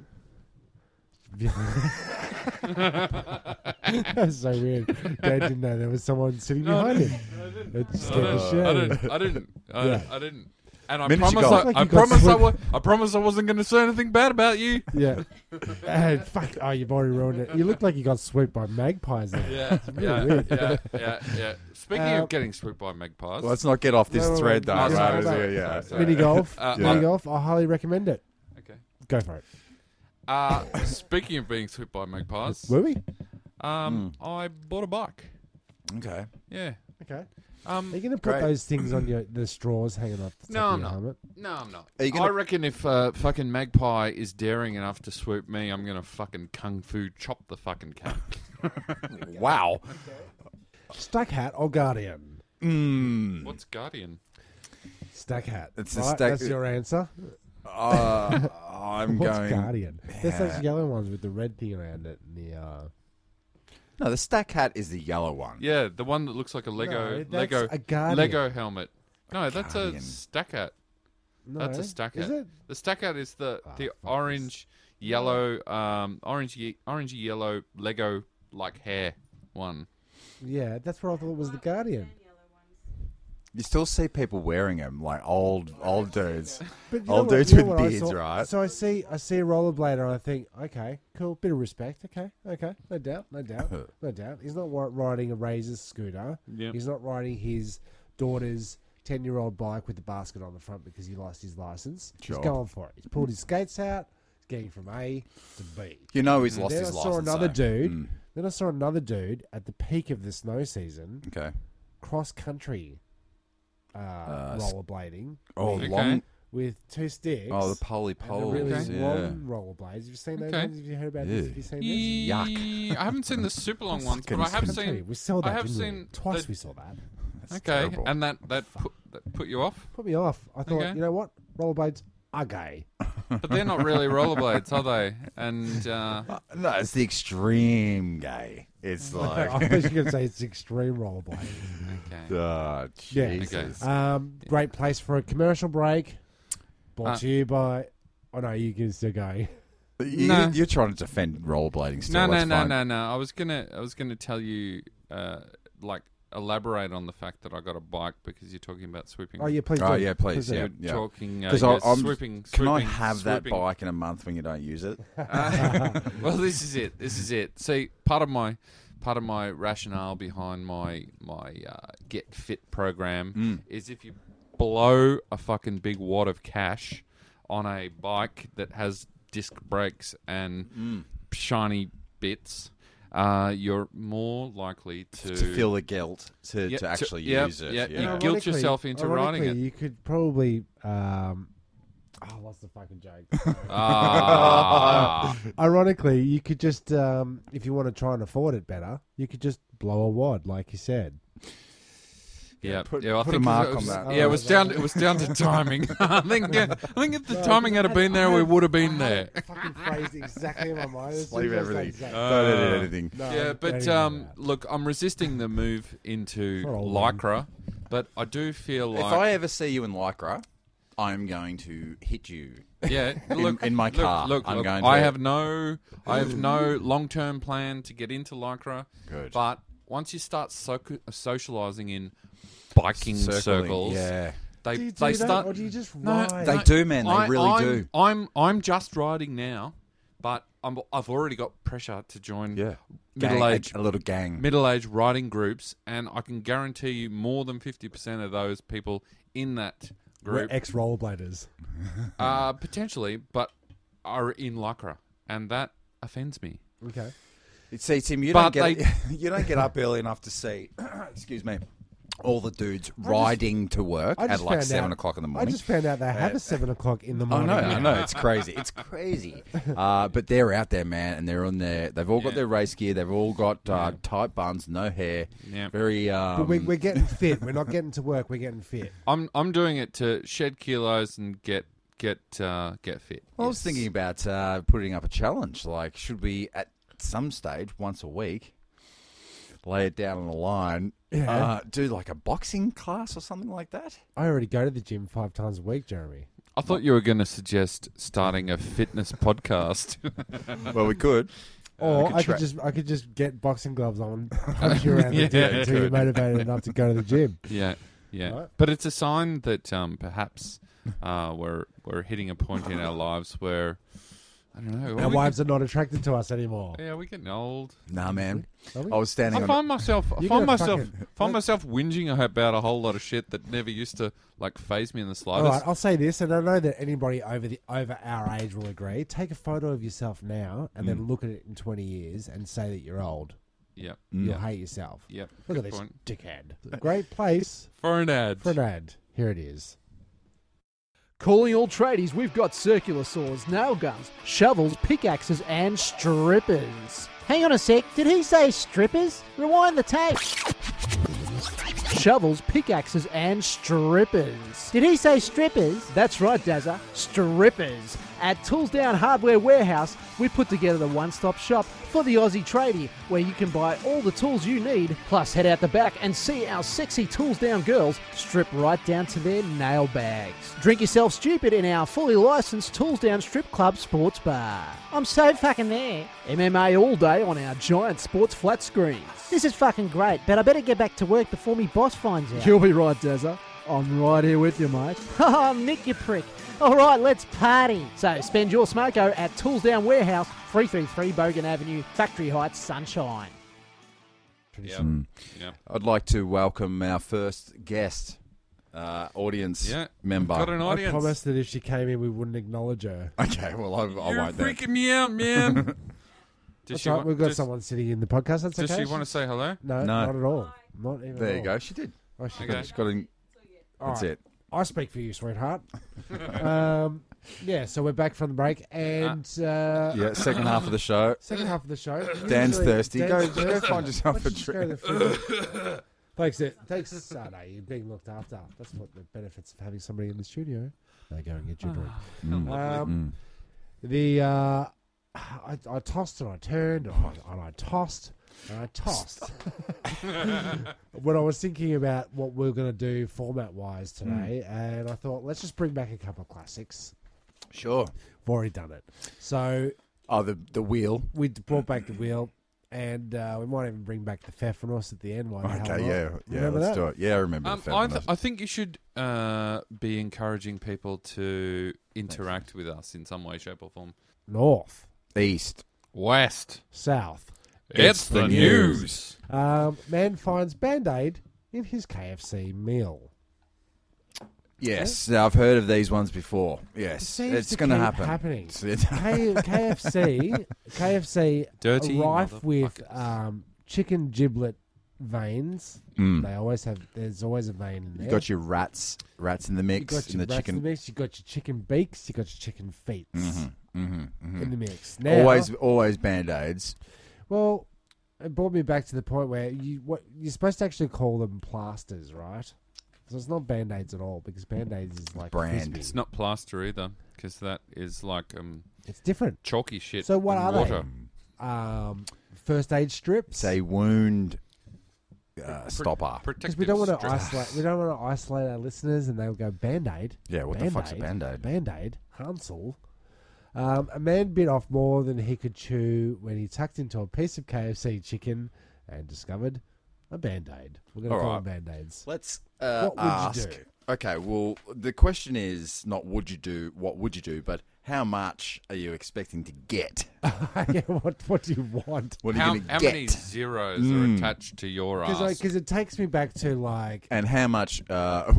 C: That's so weird. Dad didn't know there was someone sitting behind him. It
D: I
C: scared the
D: didn't.
C: shit
D: I
C: out of me.
D: didn't. I didn't. I,
C: Yeah.
D: I didn't. And I
B: Miniature
D: promise.
B: golf.
D: I,
C: Like
D: I
C: you got
D: promise. I,
C: swim-
D: wa- I promise. I wasn't going to say anything bad about you.
C: Yeah. Uh, fuck. Oh, you've already ruined it. You look like you got swooped by magpies there.
D: Yeah, yeah, yeah, yeah, yeah. Speaking
C: Uh,
D: of getting swooped by magpies,
B: Well, let's not get off this
C: Wait, wait,
B: thread though.
C: wait.
D: No,
B: right?
D: sorry,
C: sorry,
B: yeah, yeah.
D: sorry,
C: Mini golf.
D: Uh,
C: mini
D: yeah.
C: golf. I highly recommend it.
D: okay.
C: Go for it.
D: Uh, speaking of being swooped by magpies,
C: Were we?
D: um,
B: Hmm.
D: I bought a bike.
B: Okay.
D: Yeah.
C: Okay. Are
D: Um,
C: you going to put
B: Great.
C: those things on your the straws hanging off the top
D: No,
C: of
D: I'm
C: your
D: not.
C: helmet?
D: no, I'm not.
B: Are you gonna-
D: I reckon if uh, fucking magpie is daring enough to swoop me, I'm gonna fucking kung fu chop the fucking cat.
B: Wow.
C: Stack hat or guardian?
B: Mm.
D: What's guardian?
C: Stack hat.
B: It's a stack-
C: That's your answer.
B: Uh, I'm
C: What's
B: going.
C: guardian? There's
B: Yeah.
C: those yellow ones with the red thing around it. And the uh,
B: No, the stack hat is the yellow one.
D: Yeah, the one that looks like a Lego
C: No, that's
D: Lego
C: a guardian.
D: Lego helmet. No, that's
B: Guardian.
D: a stack hat.
C: no,
D: That's a stack
C: Is
D: hat.
C: it?
D: The stack out is the
C: Ah,
D: the
C: fuck
D: orange, yellow, um, orange, ye- orangey yellow Lego like hair one.
C: Yeah, that's what I thought was the guardian.
B: You still see people wearing them, like old old dudes.
C: But
B: Old
C: what-
B: dudes
C: you know
B: with
C: what I
B: beards,
C: saw?
B: right?
C: So I see, I see a rollerblader, and I think, okay, cool, bit of respect, okay, okay, no doubt, no doubt, no doubt. He's not wa- riding a Razor scooter.
D: Yep.
C: He's not riding his daughter's ten-year-old bike with the basket on the front because he lost his license.
B: Sure.
C: He's going for it. He's pulled his skates out. He's getting from A to B.
B: You know he's lost
C: then
B: his
C: I saw
B: license.
C: another
B: though.
C: dude.
B: Mm.
C: Then I saw another dude at the peak of the snow season,
B: Okay.
C: cross country uh,
B: s-
C: rollerblading
B: Oh,
D: Okay.
B: long.
C: with two sticks.
B: Oh, the poly
C: and the
B: poles.
C: really
D: Okay.
C: long rollerblades. Have you seen those
D: Okay.
C: ones? Have you heard about
B: Ew.
C: this? Have you seen this?
B: Yuck.
D: Yee- I haven't seen the super long ones, but
B: Fucking
D: I have
C: Country.
D: seen.
C: we saw that.
D: I have
C: didn't we?
D: seen
C: twice.
D: the-
C: We saw that.
B: That's
D: Okay,
B: terrible.
D: and that that pu- that put you off?
C: Put me off. I thought,
D: Okay.
C: you know what? Rollerblades are gay.
D: But they're not really rollerblades, are they? And uh,
B: No, it's the extreme gay. It's like,
C: I was going to say it's extreme rollerblades.
D: okay,
B: oh,
C: Yeah. Okay.
B: Jesus.
C: Um, Great place for a commercial break. Brought
D: Uh,
C: to you by. Oh no, you can still go.
B: You,
D: No.
B: You're trying to defend rollerblading still.
D: no, no,
B: that's
D: no,
B: fine.
D: no, no. I was gonna, I was gonna tell you, uh, like, elaborate on the fact that I got a bike because you're talking about sweeping.
C: Oh yeah, please.
B: Oh,
C: do.
B: yeah, please. Yeah,
D: You're
B: yeah.
D: talking. Uh,
B: 'Cause
D: yeah,
B: I- I'm-
D: sweeping,
B: Can I
D: sweeping-
B: have that
D: sweeping.
B: bike in a month when you don't use it?
D: Uh, well, this is it. This is it. See, part of my part of my rationale behind my my uh, get fit program
B: Mm.
D: is if you blow a fucking big wad of cash on a bike that has disc brakes and
B: Mm.
D: shiny bits, uh, you're more likely to,
B: to feel the guilt to,
D: Yeah,
B: to
D: to-
B: actually
D: yeah,
B: use it.
D: yeah,
B: Yeah.
D: you
C: And
D: guilt
C: ironically-
D: yourself into riding
C: ironically, You could probably. Um, oh, I lost the fucking joke.
D: Ah.
C: ironically, you could just, um, if you want to try and afford it better, you could just blow a wad, like you said.
D: Yeah,
B: put-
D: yeah, I
B: put a
D: think it
B: mark on
D: was-
B: that.
D: Yeah, it was down. It was down to timing. I think. uh, I think if the timing had have been there, we would have been there.
C: fucking phrased exactly in my mind. As
B: Leave
C: soon as I said
B: everything. Uh,
C: exact-
B: don't edit anything.
C: No,
D: Yeah,
C: don't even
D: but
C: do
D: um,
C: that.
D: look, I'm resisting the move into
C: For old one.
D: lycra, but I do feel
B: If I
D: like
B: ever see you in Lycra, I'm going to hit you.
D: yeah. Look
B: in my
D: look,
B: car,
D: Look,
B: I'm
D: look,
B: going
D: I
B: to-
D: have no, I have no long-term plan to get into lycra.
B: Good.
D: But once you start so- socializing in biking circles,
B: Yeah.
D: they
C: Do you do
D: they
C: that,
D: start.
C: or do you just
D: No,
C: ride?
B: They
D: no,
B: do, man. They really
D: I'm,
B: do.
D: I'm I'm just riding now, but I'm, I've already got pressure to join
B: Yeah. Gang, a-
D: middle-aged
B: a, little gang.
D: middle-aged riding groups, and I can guarantee you more than fifty percent of those people in that
C: We're
D: group
C: ex rollerbladers.
D: uh, potentially, but are in lycra, and that offends me.
C: Okay.
B: See, Tim, you don't
D: But
B: get you don't get up early enough to see. excuse me. All the dudes riding to work
C: I
B: at
C: just
B: like
C: found
B: seven
C: out-
B: o'clock in the
C: I
B: morning. Uh,
C: just found out they have a seven o'clock in the
B: I
C: morning.
B: know, I know. It's crazy. It's crazy. Uh, but they're out there, man, and they're on their. They've all got
D: Yeah.
B: their race gear. They've all got uh, tight buns, no hair.
D: Yeah.
B: Very. Um,
C: But we, we're getting fit. We're not getting to work. We're getting fit.
D: I'm I'm doing it to shed kilos and get get uh, get fit.
B: I was
D: Yes.
B: thinking about uh, putting up a challenge. Like, should we at some stage once a week lay it down on the line? Uh, do like a boxing class or something like that.
C: I already go to the gym five times a week, Jeremy.
D: I thought you were going to suggest starting a fitness podcast.
B: Well, we could. we
C: Or
B: Uh, could
C: I
B: tra-
C: could just I could just get boxing gloves on, punch you around
D: Yeah,
C: the dick
D: you
C: until you're
D: could.
C: motivated enough to go to the gym.
D: yeah, yeah.
C: Right.
D: But it's a sign that um, perhaps uh, we're we're hitting a point in our lives where I don't know. are
C: Our
D: we
C: wives are not attracted to us anymore.
D: get- yeah, Oh, we're getting old.
B: Nah, man.
C: Are we?
B: I was standing
D: I
B: on.
D: find myself, I
C: You gotta
D: find myself,
C: fucking-
D: find myself whinging about a whole lot of shit that never used to like phase me in the
C: All right,
D: slightest.
C: I'll say this, and I know that anybody over the over our age will agree. Take a photo of yourself now, and
D: Mm.
C: then look at it in twenty years, and say that you're old.
D: Yep,
C: You'll hate yourself.
D: yep.
C: Mm. Look
D: Mm. good
C: at this
D: point.
C: dickhead. Great place
D: for an ad.
C: for an ad. Here it is.
E: Calling all tradies, we've got circular saws, nail guns, shovels, pickaxes, and strippers. Hang on a sec, did he say strippers? Rewind the tape. Shovels, pickaxes, and strippers. Did he say strippers? That's right, Dazza. Strippers. At Tools Down Hardware Warehouse, we put together the one stop shop for the Aussie tradie where you can buy all the tools you need, plus head out the back and see our sexy Tools Down girls strip right down to their nail bags. Drink yourself stupid in our fully licensed Tools Down Strip Club Sports Bar. I'm so fucking there. MMA all day on our giant sports flat screens. This is fucking great, but I better get back to work before me boss finds out. You'll be right, Dazza. I'm right here with you, mate. Ha Nick, Oh, you prick. All right, let's party. So spend your smoko at Tools Down Warehouse, 333 Bogan Avenue, Factory Heights, Sunshine.
D: Yep.
C: Mm.
D: Yep.
B: I'd like to welcome our first guest, uh, audience
D: Yeah.
B: member.
D: Got an
C: I
D: audience.
C: promised that if she came in, we wouldn't acknowledge her.
B: Okay, well, I, I
D: You're
B: won't. then.
D: freaking me out, man. Does
C: That's
D: she
C: right,
D: want-
C: we've got
D: does-
C: someone sitting in the podcast. That's
D: Does
C: okay.
D: she want to say hello?
B: No.
C: No, not at all. Not even.
B: There
C: at
B: you
C: all.
B: go. She did.
C: Oh, she
D: Okay.
C: did.
B: She got an.
C: All
B: That's
C: right.
B: it.
C: I speak for you, sweetheart. um, yeah, so we're back from the break, and uh,
B: Yeah, second half of the show.
C: second half of the show.
B: Dan's
C: usually-
B: thirsty.
C: Dan's
B: Go, go
C: thirsty.
B: find yourself a
C: Let's just go
B: drink.
C: to the fridge. Thanks, it thanks Sada. You're being looked after. That's what the benefits of having somebody in the studio. They go and get you
B: Ah,
C: drink. Um,
B: Mm.
C: The uh, I, I tossed and I turned and I, and I tossed and I tossed. when I was thinking about what we are going to do format wise
B: Hmm.
C: today, and I thought let's just bring back a couple of classics.
B: Sure.
C: We've already done it, so
B: Oh, the the wheel.
C: we d- brought back the wheel, and uh, we might even bring back the Fafanos at the end. Why the Oh, hell
B: Okay,
C: not?
B: yeah, yeah.
C: Remember
B: let's
C: that?
B: do it. Yeah, I remember.
D: Um,
B: the
D: I,
B: Fat
D: th-
B: Mouse.
D: I think you should uh, be encouraging people to interact with us in some way, shape, or form.
C: North,
B: East.
D: West.
C: south.
D: It's, the, news.
C: Um, man finds band aid in his KFC meal.
B: Yes, I've heard of these ones before.
C: It
B: Yes,
C: seems
B: it's
C: to
B: going to
C: keep
B: happen.
C: Happening.
B: It's- it's-
C: K- KFC, KFC,
D: Dirty
C: rife with
D: motherfuckers.
C: um, chicken giblet veins.
B: Mm.
C: They always have. There's always a vein in there.
B: You got your rats, rats in the
C: You got
B: mix, in
C: your
B: the
C: breast in
B: chicken.
C: the mix. You got your chicken beaks. You got your chicken feet
B: hmm hmm
C: in the mix. Now,
B: Always, always band aids.
C: Well, it brought me back to the point where you what you're supposed to actually call them plasters, right? So it's not band aids at all because band aids is like
B: Brand.
D: It's
C: Frisbee.
D: not plaster either, because that is like um,
C: It's different.
D: chalky shit.
C: So what
D: and
C: are they?
D: water.
C: Um, first aid strips.
B: It's a wound uh, stopper.
D: Ah, Protective
C: because we don't want to
D: strip.
C: isolate, we don't want to isolate our listeners, and they'll go band aid.
B: Yeah, what the fuck's a Band-Aid?
C: Band aid, Hansel. Um, a man bit off more than he could chew when he tucked into a piece of KFC chicken and discovered a band aid. We're going to
B: All
C: call
B: right.
C: them band aids.
B: Let's uh,
C: What would you
B: ask.
C: do?
B: Okay, well, the question is not would you do, what would you do, but how much are you expecting to get?
C: what what do you want?
B: What are
D: How,
B: you going
D: how
B: to get? Hmm.
D: many zeros are attached to your ass?
C: Because it takes me back to like
B: And how much? Uh,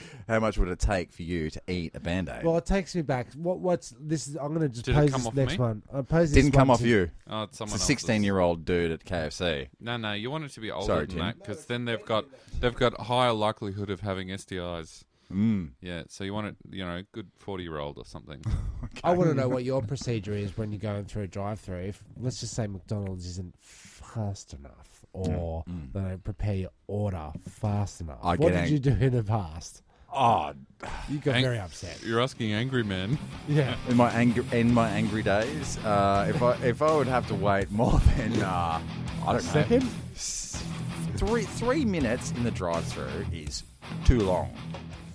B: how much would it take for you to eat a band aid?
C: well, it takes me back. What what's this is? I'm going to just
D: Did it
C: pose
D: come
C: this
D: off
C: next
D: me?
C: one. I pose this
B: Didn't
C: one
B: come off
C: to-
B: you.
D: oh, it's someone
B: It's a
D: else's.
B: sixteen-year-old dude at KFC.
D: No, no, you want it to be older
B: Sorry,
D: than
B: Tim.
D: that, because then they've got they've got higher likelihood of having STIs.
B: Mm.
D: Yeah, so you want it, you know, good forty-year-old or something.
C: I want to know what your procedure is when you're going through a drive-through. If let's just say McDonald's isn't fast enough, or they don't prepare your order fast enough.
B: Mm. I get
C: what did you do in the past?
B: Oh,
C: You got
D: Ang-
C: very upset.
D: You're asking angry men.
C: Yeah.
B: in my angry in my angry days, uh, if I if I would have to wait more than uh, I don't know
C: Second,
B: s- three three minutes in the drive-through is too long.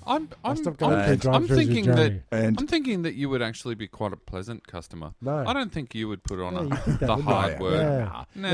D: I'm I'm,
C: stopped going
D: I'm,
B: through
D: I'm
C: drive-thrus with
D: thinking that
C: Jeremy.
B: And-
D: I'm thinking that you would actually be quite a pleasant customer.
C: No.
D: I don't think you would put on
C: No,
D: a,
C: you think that,
D: the
C: wouldn't
D: hard
B: I?
D: word.
C: Yeah.
D: Nah.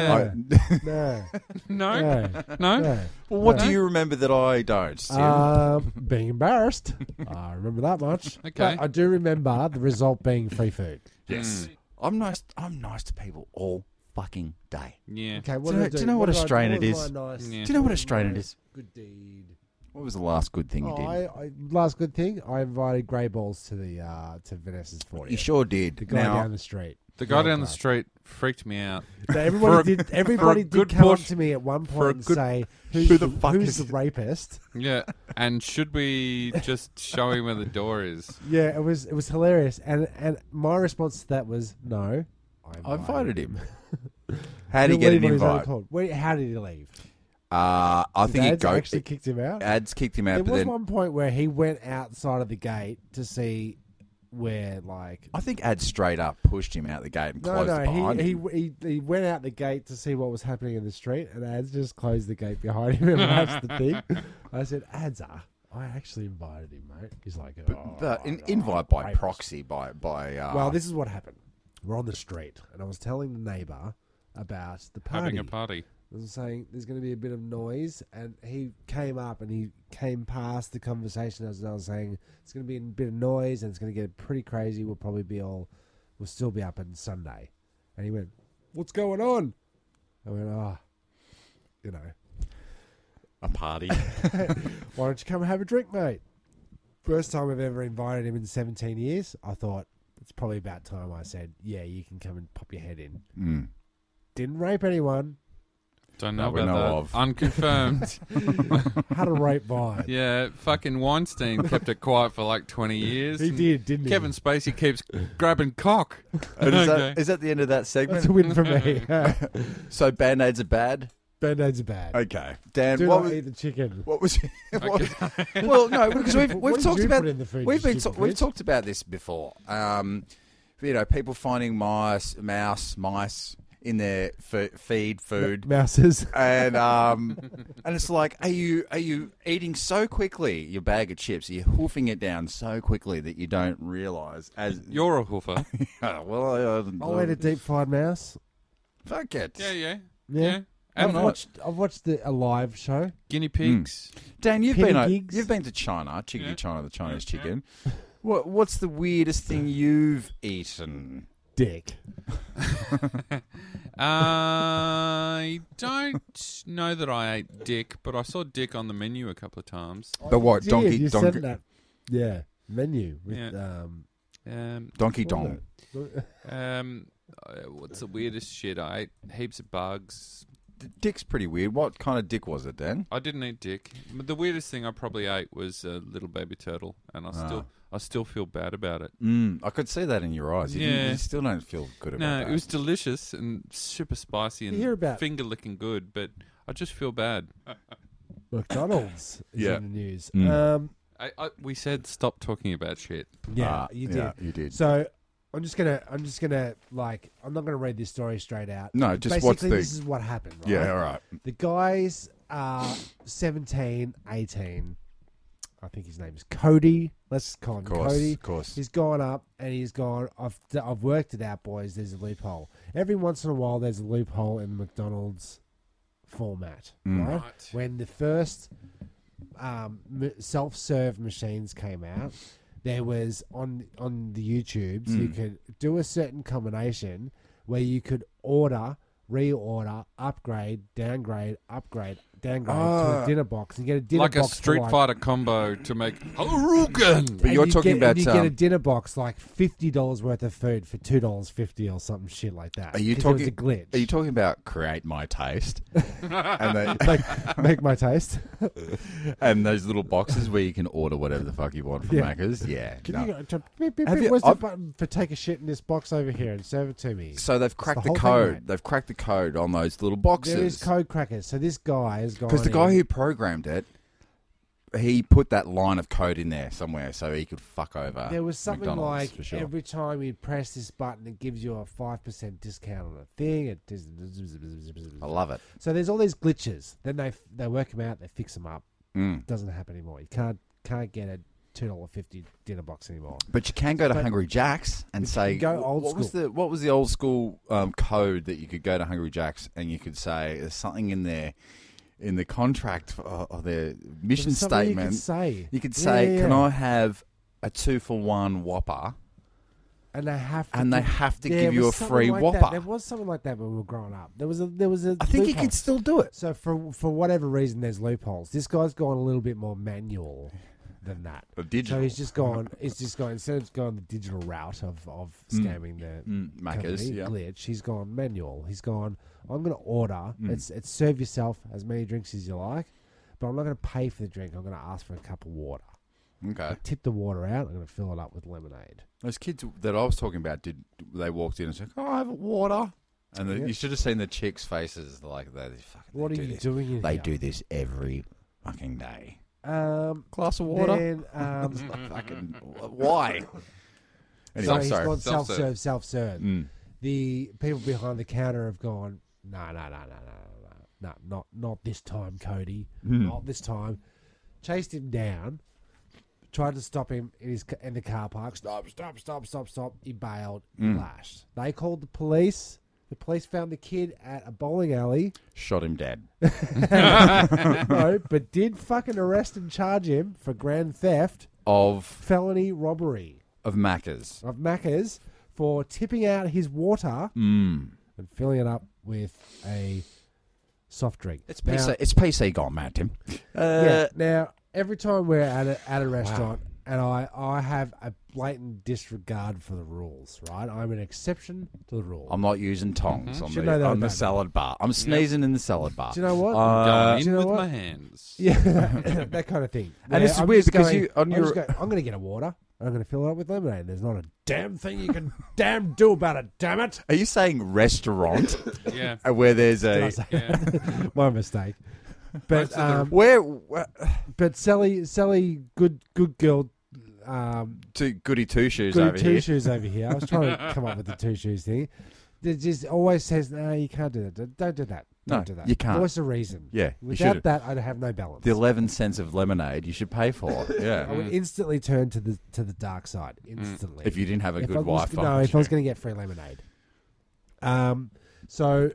C: Yeah.
B: I-
C: no,
D: No, no,
C: no, no.
B: Um, well, what
D: No.
B: do you remember that I don't? Sim?
C: Um, being embarrassed, I remember that much.
D: Okay.
C: But I do remember the result being free food.
B: yes, I'm nice. I'm nice to people all fucking day.
D: Yeah.
C: Okay, what
B: Do you
C: did I
B: know- do you know what
C: did I-
B: Australian it
C: was
B: is?
C: my nice-
D: Yeah.
B: Do you know what Australian it is?
C: Good deed.
B: What was the last good thing you
C: Oh,
B: did?
C: I, I, last good thing, I invited Grey Balls to the uh, to Vanessa's forty.
B: You sure
C: the
B: did.
C: guy
B: Now,
C: down the street.
D: The guy down the
C: God.
D: street freaked me out.
C: So everybody
D: a-
C: did.
D: for a
C: Everybody did
D: good
C: come up
D: push-
C: to me at one
D: for a
C: point and
D: good-
C: say, "Who's
B: Who
C: the,
B: the fuck
C: who's
B: is
C: the
B: it?"
C: rapist?"
D: Yeah. And should we just show him where the door is?
C: Yeah, it was it was hilarious. And and my response to that was, "No,
B: I invited him. How did he get
C: leave
B: an
C: on his own
B: invite?
C: call. Wait, how did he leave?
B: Uh, I think he
C: Dads
B: go-
C: actually kicked him out.
B: ads kicked him out,
C: there
B: but
C: was
B: then
C: one point where he went outside of the gate to see where, like,
B: I think ads straight up pushed him out the gate and
C: No,
B: closed it
C: no,
B: behind
C: he,
B: him.
C: he he he went out the gate to see what was happening in the street, and Ads just closed the gate behind him. And that's the thing. I said, Ads, ah, I actually invited him, mate. He's like, "Oh, Ah.
B: But in,
C: no,
B: invite by
C: I-
B: proxy, by by. Uh,
C: Well, this is what happened. We're on the street, and I was telling the neighbour about the party.
D: Having a party.
C: I was saying there's going to be a bit of noise, and he came up and he came past the conversation as I was saying it's going to be a bit of noise and it's going to get pretty crazy. We'll probably be all, we'll still be up on Sunday, and he went, "What's going on?" I went, "Ah, you know,
B: a party.
C: why don't you come and have a drink, mate?" First time I've ever invited him in 17 years. I thought it's probably about time I said, "Yeah, you can come and pop your head in."
B: Mm.
C: Didn't rape anyone.
D: Don't
B: That
D: know
B: we
D: about
B: know
D: that.
B: of.
D: Unconfirmed.
C: Had a rape vibe.
D: yeah, fucking Weinstein kept it quiet for like 20 years.
C: He
D: and
C: did, didn't he?
D: Kevin Spacey keeps grabbing cock.
B: And is,
D: Okay.
B: that, is that the end of that
C: That's a
B: segment?
C: win for me.
B: so band aids are bad.
C: Band aids are bad.
B: Okay, Dan,
C: Do
B: what
C: not
B: was,
C: eat the chicken.
B: what was? what was- well, no, because we've
C: What
B: we've
C: did
B: talked
C: you
B: about
C: put in the food,
B: we've
C: you
B: been ta-
C: stupid
B: we've
C: bitch?
B: talked about this before. Um, you know, people finding mice, mouse, mice in their f- feed food.
C: Mouses.
B: and um, and it's like, are you are you eating so quickly your bag of chips? Are you hoofing it down so quickly that you don't realize? As
D: You're a hoofer.
B: Oh, well, I, I,
C: I'll eat a deep fried mouse.
B: Fuck it,
D: yeah, yeah,
C: Yeah.
D: yeah.
C: I've
D: And
B: not?
C: watched I've watched the Alive show.
D: guinea pigs.
B: Dan. You've
C: Penny
B: been o-
C: gigs.
B: you've been to China, chicken
D: Yeah.
B: China, the Chinese
D: Yeah.
B: chicken. What what's the weirdest thing you've eaten?
C: Dick.
D: I don't know that I ate dick, but I saw dick on the menu a couple of times.
B: The what?
C: Dude,
B: donkey,
C: Oh, you
B: donkey,
C: sent that yeah. Menu with
D: Yeah.
C: um
D: Um,
B: donkey
C: what was
B: dong.
C: it?
D: um, uh, what's the weirdest shit? I ate heaps of bugs.
B: D- Dick's pretty weird. What kind of dick was it, Dan?
D: I didn't eat dick. But the weirdest thing I probably ate was a little baby turtle, and
B: Ah.
D: I still, I still feel bad about it.
B: Mm, I could see that in your eyes. You, didn't-
D: Yeah.
B: you still don't feel good about
D: No,
B: that.
D: it was delicious and super spicy
C: You hear
D: and
C: about-
D: finger licking good, but I just feel bad.
C: McDonald's is
B: Yeah.
C: in the news.
B: Mm.
C: Um
D: I, I, we said stop talking about shit.
C: yeah,
B: Ah,
C: you did.
B: yeah, you did.
C: So I'm just gonna I'm just gonna like I'm not gonna read this story straight out.
B: No, just what's
C: Basically
B: the
C: this is what happened, right?
B: yeah. All right.
C: The guys are 17, 18. I think his name is Cody. Let's call him
B: Of course,
C: Cody.
B: of course.
C: He's gone up and he's gone. I've I've worked it out, boys. There's a loophole. Every once in a while, there's a loophole in the McDonald's format.
B: Mm.
C: Right? When the first um, m- self-serve machines came out, there was on on the YouTubes you
B: Hmm.
C: could do a certain combination where you could order, reorder, upgrade, downgrade, upgrade, downgrade to a
B: Ah.
C: dinner box and get a dinner
D: Like a
C: box for,
D: Street
C: like,
D: Fighter combo to make Harugan.
B: But
C: and
B: you're
C: you
B: talking
C: get,
B: about.
C: and you
B: um,
C: get a dinner box like fifty dollars worth of food for two dollars fifty or something shit like that.
B: Are you
C: 'Cause it was
B: talking?
C: a glitch?
B: Are you talking about create my taste? and, they,
C: like make my taste?
B: and those little boxes where you can order whatever the fuck you want from
C: Yeah.
B: Macca's. Yeah.
C: Can
B: no.
C: you go to, beep, beep,
B: Have
C: beep,
B: you-
C: where's
B: I've-
C: the button for take a shit in this box over here and serve it to me?
B: So they've cracked
C: the
B: the,
C: whole thing,
B: code.
C: mate.
B: They've cracked the code on those little
C: there is
B: boxes.
C: code crackers. So this guy has gone
B: Because the guy
C: in-
B: who programmed it, he put that line of code in there somewhere so he could fuck over.
C: there was something
B: McDonald's,
C: like
B: for sure.
C: every time you press this button, it gives you a five percent discount on a thing. It does-
B: I love it.
C: so there's all these glitches. Then they they work them out. They fix them up.
B: Mm.
C: Doesn't happen anymore. You can't can't get a two dollar fifty dinner box anymore.
B: But you can go to
C: But-
B: Hungry Jack's and say,
C: can go
B: wh-
C: old
B: what was
C: school.
B: the what was the old school um, code that you could go to Hungry Jack's and you could say there's something in there in the contract or, or their mission
C: There's something You
B: statement.
C: could say.
B: You could
C: Yeah,
B: say,
C: yeah,
B: "Can
C: yeah.
B: I have a two for one Whopper?"
C: And they have to
B: And they
C: give-
B: have to
C: There
B: give you
C: was
B: a
C: something
B: free
C: like that.
B: Whopper.
C: There was something like that when we were growing up. There was a there was a.
B: I think you
C: loophole.
B: can still do it.
C: So for for whatever reason, there's loopholes. This guy's gone a little bit more manual than that.
B: Or digital.
C: So he's just gone. He's just gone. Instead of going the digital route of of scamming the
B: Mm, Macca's,
C: company,
B: Hmm. yeah.
C: glitch, he's gone manual. He's gone. I'm going to order.
B: Hmm.
C: It's it's serve yourself as many drinks as you like, but I'm not going to pay for the drink. I'm going to ask for a cup of water.
B: Okay.
C: Tip the water out. I'm going to fill it up with lemonade.
B: Those kids that I was talking about did they walked in and said, "Can I have water?" And the,
C: Yeah.
B: you should have seen the chicks' faces. Like they fucking.
C: Oh, What
B: they
C: are
B: do
C: you
B: this.
C: doing? In
B: They
C: here?
B: do this every fucking day.
C: Um,
B: Glass of water.
C: Then, um,
B: fucking why?
C: so
B: Anyway,
C: he's
B: sorry.
C: gone self
D: Self-serve.
C: serve, self serve.
B: Mm.
C: the people behind the counter have gone, no, no, no, no, no, no, no, not not this time, Cody, not this time. Chased him down, tried to stop him in his ca- in the car park. Stop, stop, stop, stop, stop. He bailed, he lashed. They called the police. The police found the kid at a bowling alley,
B: Shot him dead.
C: no, but did fucking arrest and charge him for grand theft,
B: Of
C: felony robbery
B: of Macca's.
C: of Macca's for tipping out his water
B: Mm.
C: and filling it up with a soft drink.
B: It's
C: Now- Uh,
B: PC. it's PC gone, man, Tim. Uh,
C: yeah. Now, every time we're at a, at a restaurant, and I, I have a blatant disregard for the rules, right? I'm an exception to the rule.
B: I'm not using tongs on
C: Should
B: the,
C: know that
B: on the
C: about
B: salad bar. I'm sneezing in the salad bar.
C: Do you know what?
B: Uh,
D: Going
C: do you
D: in
C: know what?
D: with my hands.
C: yeah, that kind of thing.
B: And this is
C: I'm
B: weird
C: just
B: because
C: going-
B: you- on
C: I'm,
B: your-
C: just going, I'm going to get a water. and I'm going to fill it up with lemonade. There's not a damn thing you can damn do about it. Damn it!
B: Are you saying restaurant
D: Yeah.
B: Uh, where there's
C: Did I
B: a
C: say
D: Yeah.
C: that? My mistake. But um,
B: where, where
C: but Sally Sally good good girl um,
B: to goody two shoes
C: good
B: over
C: two
B: here?
C: shoes over here. I was trying to come up with the two shoes thing. That just always says no, you can't do that. Don't- Don't do that. Don't
B: No,
C: do that.
B: you can't.
C: What's the reason?
B: Yeah, you
C: Without
B: shouldn't.
C: that, I'd have no balance.
B: The eleven cents of lemonade you should pay for.
C: I
B: Yeah,
C: would instantly turn to the to the dark side instantly.
B: Mm. if you didn't have a
C: If
B: good
C: I was-
B: wife.
C: No, if I was going to get free lemonade. Um, so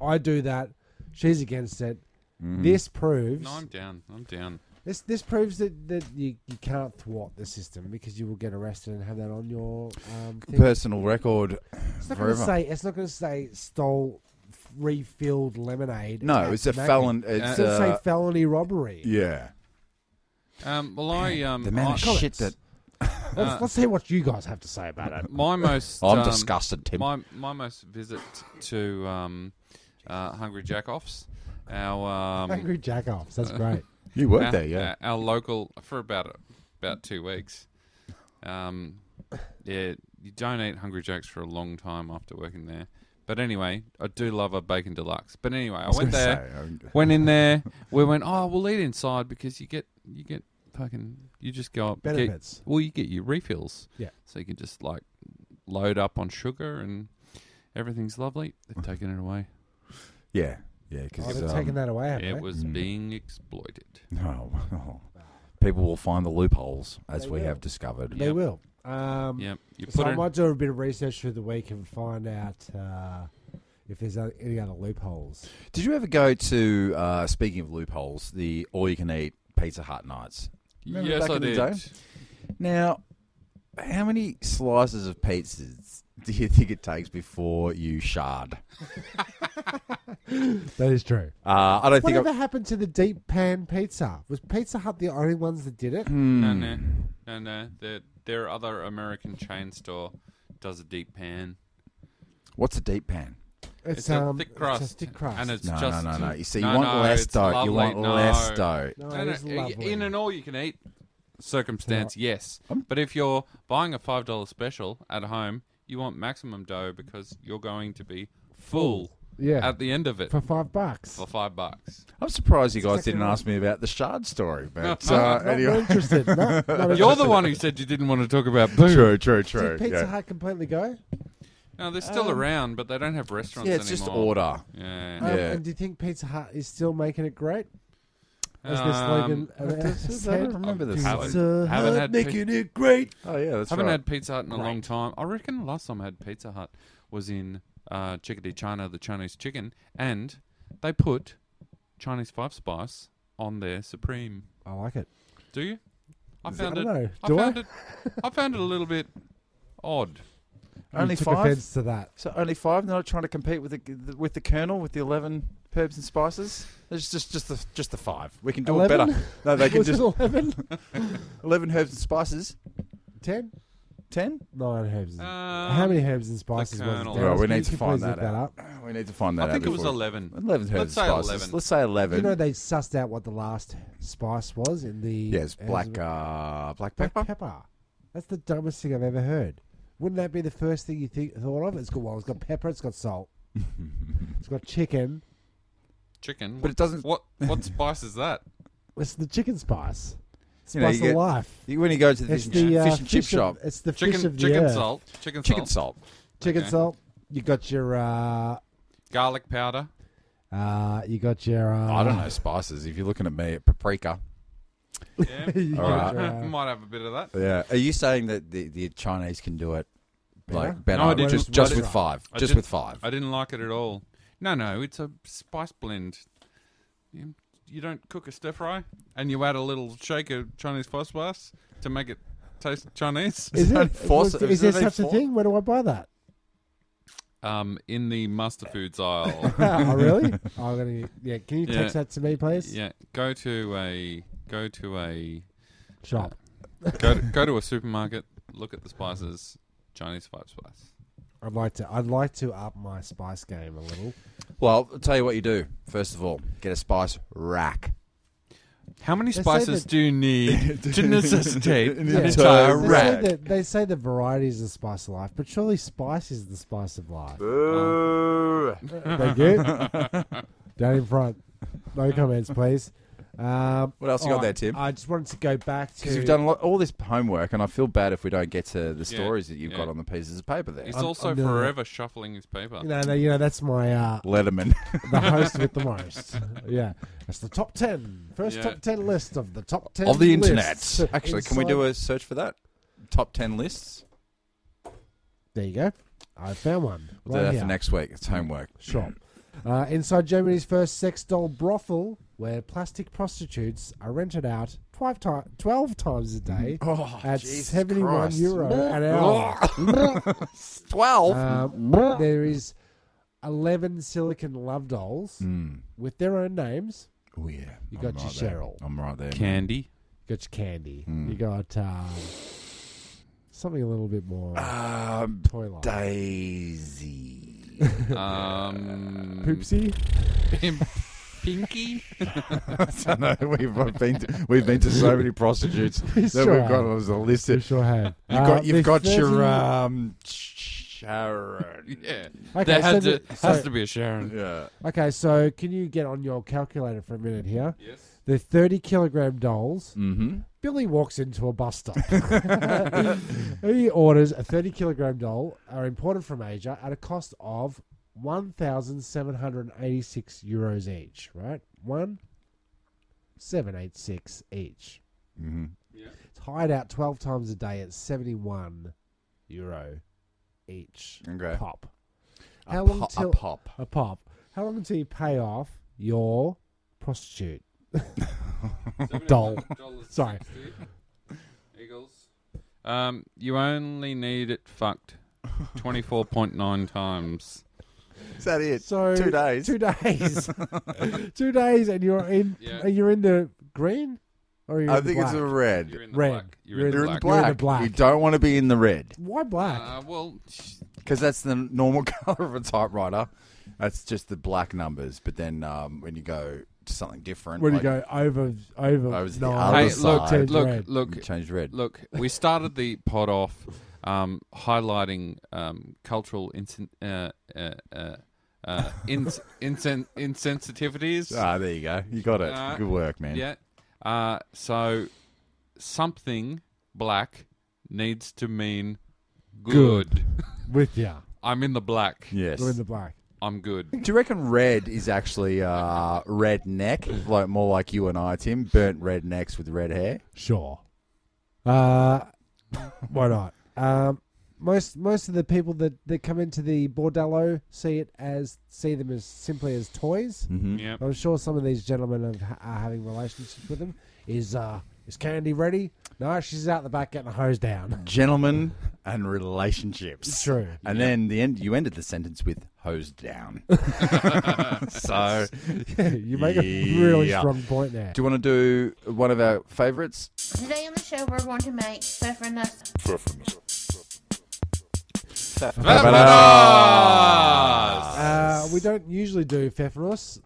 C: I do that. She's against it.
B: Mm.
C: This proves
D: No, I'm down. I'm down.
C: this this proves that, that you, you can't thwart the system because you will get arrested and have that on your um, thing.
B: personal record
C: It's not going
B: forever.
C: to say. It's not going to say stole refilled lemonade.
B: no,
C: at
B: it's a
C: Mac-
B: felon.
C: It's
B: It's
C: going to say
B: uh,
C: felony robbery.
B: yeah.
D: Um, well, I um,
B: The amount
D: I-
B: of shit that
C: Let's, let's hear what you guys have to say about it.
D: my most
B: I'm
D: um,
B: disgusted, Tim.
D: My my most visit to um, uh, Hungry Jackoffs, our um,
C: Angry jackoffs. That's great.
B: you worked
D: our, uh,
B: there, yeah.
D: our local for about about two weeks. Um, yeah, you don't eat Hungry Jacks for a long time after working there. But anyway, I do love a bacon deluxe. But anyway, I, went there. went in there. We went. Oh, we'll eat inside because you get you get fucking you just go up get-
C: Benefits.
D: well, you get your refills.
C: Yeah.
D: So you can just like load up on sugar and everything's lovely. They've taken it away.
B: yeah, yeah, um,
C: Oh,
B: because
C: they're taking that away. haven't
D: It
C: they?
D: was being exploited.
B: people will find the loopholes as
C: They
B: we
C: will.
B: have discovered.
C: They
D: Yep.
C: will. Um,
D: Yep. You put
C: so I
D: it.
C: might do a bit of research through the week and find out uh, if there's o- any other loopholes.
B: Did you ever go to uh, speaking of loopholes, the all you can eat Pizza Hut nights? Remember
D: yes,
B: back
D: I
B: in the
D: did.
B: day? Now, how many slices of pizzas do you think it takes before you shard?
C: That is true.
B: Uh, I don't think.
C: Whatever
B: I,
C: happened to the deep pan pizza? Was Pizza Hut the only ones that did it?
B: Hmm.
D: No, no, no, no. There, there are other American chain store does a deep pan.
B: what's a deep pan?
C: It's,
D: a
C: um,
D: thick crust,
C: It's a thick crust.
D: and it's
B: No,
D: just
B: no, no, no. You see,
D: No,
B: you want
D: no,
B: less
D: it's
B: dough.
D: lovely.
B: You want
D: No.
B: less dough.
C: no,
D: No,
C: it
D: no,
C: is lovely.
D: in an all you can eat circumstance, yes. But if you're buying a $5 special at home, you want maximum dough because you're going to be full
C: yeah,
D: at the end of it
C: for five bucks.
D: for 5 bucks.
B: I'm surprised you guys
C: exactly
B: didn't
C: right.
B: ask me about the shard story, but
D: No,
B: uh,
D: not
C: Not
B: anyway.
C: interested. No, not
D: You're
C: interested.
D: the one who said you didn't want to talk about booze.
B: True, true, true.
C: Did Pizza
B: yeah.
C: Hut completely go? Um,
D: No, they're still around, but they don't have restaurants
B: Yeah, it's just
D: anymore.
B: order.
D: Yeah.
C: Um,
B: Yeah.
C: And do you think Pizza Hut is still making it great? As their slogan
D: Um,
C: uh,
B: I
C: said?
B: don't remember this.
D: haven't-
B: song.
C: Pizza
D: haven't
C: Hut
D: had
C: making it great.
B: Oh yeah, that's
D: Haven't
B: right.
D: had Pizza Hut in a long time. I reckon the last time I had Pizza Hut was in uh, Chickadee China, the Chinese chicken, and they put Chinese five spice on their supreme.
C: I like it.
D: Do you? I found
C: I
D: it.
C: don't know.
D: I
C: Do
D: found
C: I?
D: it. I found it a little bit odd.
B: only
C: you took
B: five.
C: offense to that.
B: So only five. They're not trying to compete with the with the Colonel with the eleven herbs and spices. It's just just the just the five. We can do it
C: 11?
B: better. No, they can
C: Was
B: just
C: it 11?
B: eleven herbs and spices.
C: 10?
B: Ten.
C: Nine herbs. and- How
D: Um,
C: many herbs and spices was it?
D: Colonel.
C: Dan?
B: Well, we
C: Can
B: need
C: you
B: to
C: please
B: find
C: look
B: that
C: up?
B: We need to find that.
D: I think
B: out
D: it was
B: before-
D: eleven.
B: Eleven herbs
D: Let's
B: and
D: say
B: spices.
D: 11.
B: Let's say eleven.
C: You know they sussed out what the last spice was in the
B: yes,
C: herbs
B: black
C: and-
B: uh, black
C: black
B: pepper.
C: pepper. That's the dumbest thing I've ever heard. Wouldn't that be the first thing you think thought of? It's got well, it's got pepper, it's got salt, it's got chicken.
D: Chicken.
B: But it doesn't.
D: What what spice is that?
C: It's the chicken spice.
B: You know,
C: Spice
B: you get-
C: of life.
B: you- when you go to the
C: It's
B: fish, and,
C: the uh,
B: fish and chip
C: of-
B: shop,
C: It's the
D: Chicken
C: fish of the
D: chicken
C: earth.
D: salt. Chicken,
B: chicken
D: salt.
B: salt.
C: Chicken
D: Okay.
C: salt. You got your uh,
D: Garlic powder.
C: uh you got your uh,
B: I don't know spices. If you're looking at me, at paprika.
D: Yeah.
C: you
B: All
C: got your, uh,
D: Might have a bit of that.
B: Yeah. uh, Are you saying that the, the Chinese can do it
C: Better?
B: like better?
D: No, I didn't.
B: just
D: I
B: just
D: didn't.
B: with five.
D: I
B: Just
D: didn't-
B: with five.
D: I didn't like it at all. No, no, it's a spice blend. You, you don't cook a stir fry and you add a little shake of Chinese five spice to make it taste Chinese.
C: Is
B: Don't
C: it?
B: force
C: was-
B: it.
C: is there
B: Don't they
C: such a
B: for-
C: thing? Where do I buy that?
D: Um, in the master foods aisle.
C: oh, really? Oh, I'm gonna, yeah. Can you
D: Yeah.
C: text that to me, please?
D: yeah, go to a go to a
C: Shop.
D: go to, go to a supermarket. Look at the spices. Chinese five spice.
C: I'd like to. I'd like to up my spice game a little.
B: Well, I'll tell you what you do. First of all, get a spice rack.
D: How many
C: They say
D: spices
C: that-
D: do you need to necessitate
B: An
D: an
B: entire
D: entire
C: They
B: rack.
C: say,
D: rack?
C: that, they say that variety is the spice of life, but surely spice is the spice of life. Thank you. Down in front. No comments, please. Um,
B: What else you got
C: alright,
B: there, Tim?
C: I just wanted to go back to.
B: Because you've done a lot, all this homework, and I feel bad if we don't get to the
D: Yeah,
B: stories that you've
D: yeah.
B: got on the pieces of paper there.
D: He's
C: I'm-
D: also
C: I'm doing it.
D: forever shuffling his paper.
C: You know, no, you know that's my uh,
B: Letterman.
C: the host with the most. Yeah, that's the top ten. First
D: Yeah.
C: top ten list of the top ten
B: of the
C: lists.
B: internet. Actually, can we
C: Inside-
B: do a search for that? Top 10 lists?
C: There you go. I found one.
B: We'll do
C: right
B: that
C: here.
B: for next week. It's homework.
C: Sure. Uh, inside Germany's first sex doll brothel, where plastic prostitutes are rented out 12, ti 12 times a day
B: Oh,
C: at
B: Jesus
C: 71
B: Christ.
C: euro an hour.
B: 12?
C: Um, there is 11 silicon love dolls with their own names.
B: Hmm. oh, yeah.
C: You
B: I'm
C: got your
B: right there.
C: Cheryl.
B: I'm right there. man.
D: Candy.
C: You got your candy.
B: Hmm.
C: You got um, something a little bit more
B: Um,
C: toy like.
B: Daisy.
D: Um,
C: Poopsie?
D: Pinky.
B: I know we've been to, we've been to so many prostitutes that
C: sure
B: we've got
C: have.
B: as a list.
C: You
B: You've
C: sure have.
B: got you've got your
C: uh,
B: um, Sharon.
D: Yeah.
C: Okay,
D: there had
C: so
D: to,
C: the-
D: has
C: so-
D: to be a Sharon.
B: Yeah.
C: the 30 okay, so can you get on your calculator for a minute here?
D: Yes.
C: The 30 kilogram dolls.
B: Mm-hmm.
C: Billy walks into a bus stop. he orders a 30 kilogram doll, are imported from Asia at a cost of 1,786 euros each, right? 1,786 each.
B: Mm-hmm.
C: It's hired out 12 times a day at 71 euro each
B: Okay.
C: pop.
B: A,
C: How long
B: po-
C: till-
B: a pop.
C: A pop. How long until you pay off your prostitute? Doll. Sorry.
D: Eagles. Um, you only need it fucked 24.9 times.
B: Is that it?
C: So
B: two days.
C: Two days. two days, and you're in.
D: Yeah.
C: Are you in the green? Or are you
B: I
C: in
B: think
C: black?
B: it's a red.
D: You're in the
C: Red.
D: black. You're,
C: You're
D: in,
B: You're
D: the
B: in
D: black.
B: black.
C: the black.
B: You don't want to be in the red
C: Why black?
D: Uh, well, sh-
B: because that's the normal color of a typewriter. That's just the black numbers. But then um, when you go to something different,
C: when
B: like-
C: you go over, over.
B: I was the
C: nine,
B: other
D: hey,
B: side.
D: look,
C: turns
D: look,
C: red.
D: look,
B: you change red.
D: look. We started the pod off um, highlighting um, cultural insen- uh, uh, uh, uh, ins- insen- insensitivities.
B: Ah, there you go. You got it.
D: Uh,
B: Good work, man.
D: Yeah. Uh, so something black needs to mean good.
C: with ya.
D: I'm in the black.
B: Yes.
C: You're in the black.
D: I'm good.
B: Do you reckon red is actually uh, redneck, like more like you and I, Tim, burnt rednecks with red hair?
C: Sure. Uh, why not? Um, most most of the people that, that come into the bordello see it as see them as simply as toys.
B: Mm-hmm.
D: Yep.
C: I'm sure some of these gentlemen have, ha- are having relationships with them. Is uh, is Candy ready? No, she's out the back getting a hose down.
B: Gentlemen and relationships.
C: It's true.
B: And then the end, you ended the sentence with "hose down." so,
C: you make a really
B: Yeah.
C: strong point there.
B: do you want to do one of our favourites?
F: Today on the show, we're going to make pfeffernuss.
C: Uh, we don't usually do Pfeffernuss.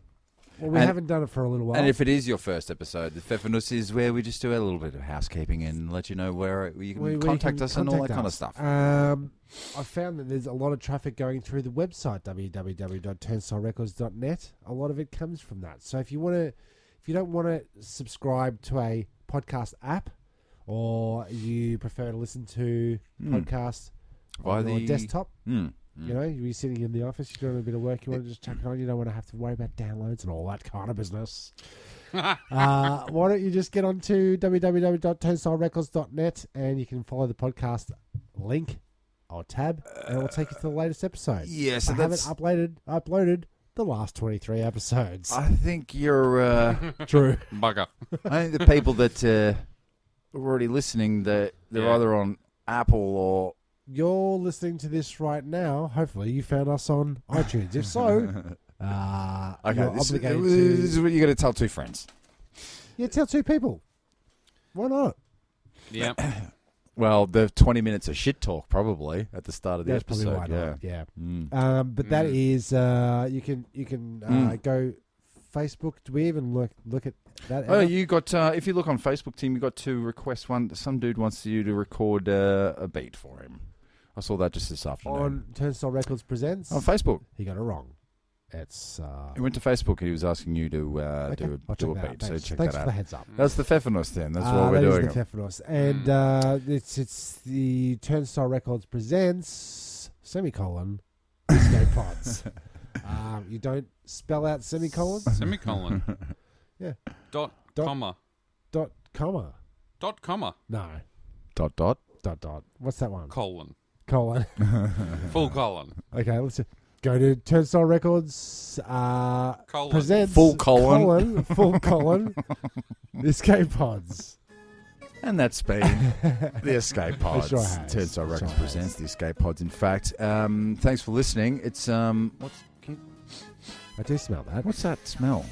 C: Well, we
B: And-
C: haven't done it for a little while.
B: And if it is your first episode, the Pfeffernus is where we just do a little bit of housekeeping and let you know where you can
C: We- we
B: contact
C: can
B: us and all that
C: contact
B: kind of
C: us.
B: stuff.
C: Um, I found that there's a lot of traffic going through the website www.turnstilerecords.net. A lot of it comes from that. So if you want to, if you don't want to subscribe to a podcast app, or you prefer to listen to podcasts
B: Hmm. Via
C: on your
B: the-
C: desktop,
B: Hmm.
C: you know, you're sitting in the office, you're doing a bit of work, you want to just chuck it on, you don't want to have to worry about downloads and all that kind of business. uh, why don't you just get on to www.turnstilerecords.net and you can follow the podcast link or tab and it will take you to the latest episode.
B: yeah, so
C: I haven't
B: that's-
C: uploaded, uploaded the last 23 episodes.
B: I think you're. Uh,
C: True.
D: Bugger.
B: I think the people that uh, are already listening, that they're
D: Yeah.
B: either on Apple or
C: You're listening to this right now. Hopefully you found us on iTunes. If so, uh,
B: okay.
C: you're
B: This, is-
C: obligated
B: this
C: to...
B: is what you got to tell two friends.
C: Yeah, tell two people. Why not?
D: Yeah.
B: Well, the twenty minutes of shit talk probably at the start of the
C: That's probably
B: episode.
C: why
B: yeah.
C: not. Yeah.
B: Mm.
C: Um, but that
D: Mm.
C: is uh, you can you can uh,
B: Mm.
C: go Facebook? Do we even look look at that?
B: Oh,
C: ever?
B: you got. Uh, if you look on Facebook, team, you got two requests. One, some dude wants you to record uh, a beat for him. I saw that just this afternoon on,
C: on Turnstile Records presents?
B: Facebook.
C: he got it wrong. It's uh,
B: He went to Facebook. and He was asking you to uh,
C: okay,
B: do,
C: I'll
B: a do a
C: check that out.
B: beat. So
C: Thanks.
B: check
C: Thanks
B: that
C: for the
B: out.
C: heads up.
B: That's the Fefanos then. That's
C: Ah,
B: what we're
C: that is
B: doing. Mm.
C: the Theophanos. And uh, it's it's the Turnstile Records presents semicolon disco pods. um, you don't spell out semicolon
D: Mm. Semicolon.
C: Yeah.
D: Dot,
C: Dot.
D: comma.
C: dot comma.
D: Dot comma
C: No
B: dot dot.
C: dot dot. What's that one?
D: colon.
C: colon.
D: Full colon.
C: okay, let's go to Turnstile Records. Uh,
D: Colon.
C: presents
B: Full colon.
C: full colon escape pods.
B: And that's been the Escape Pods.
C: sure has.
B: Turnstile
C: It sure
B: Records
C: has.
B: presents the Escape Pods. In fact, um, thanks for listening. It's um, what's can,
C: I do smell that.
B: what's that smell?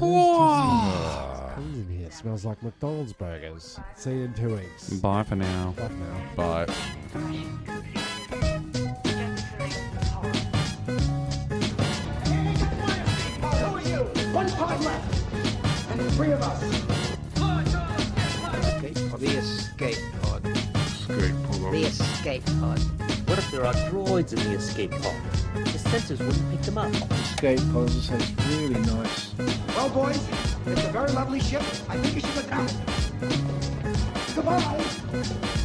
C: What is in here? It smells like McDonald's burgers. See you in two weeks.
D: Bye for now.
C: Bye for now.
B: Bye.
G: One pod left, and there's three of us.
H: The escape pod. The escape pod. What if there are droids in the escape pod? The sensors wouldn't pick them up.
G: Well, boys, it's a very lovely ship. I think you should look out. Goodbye.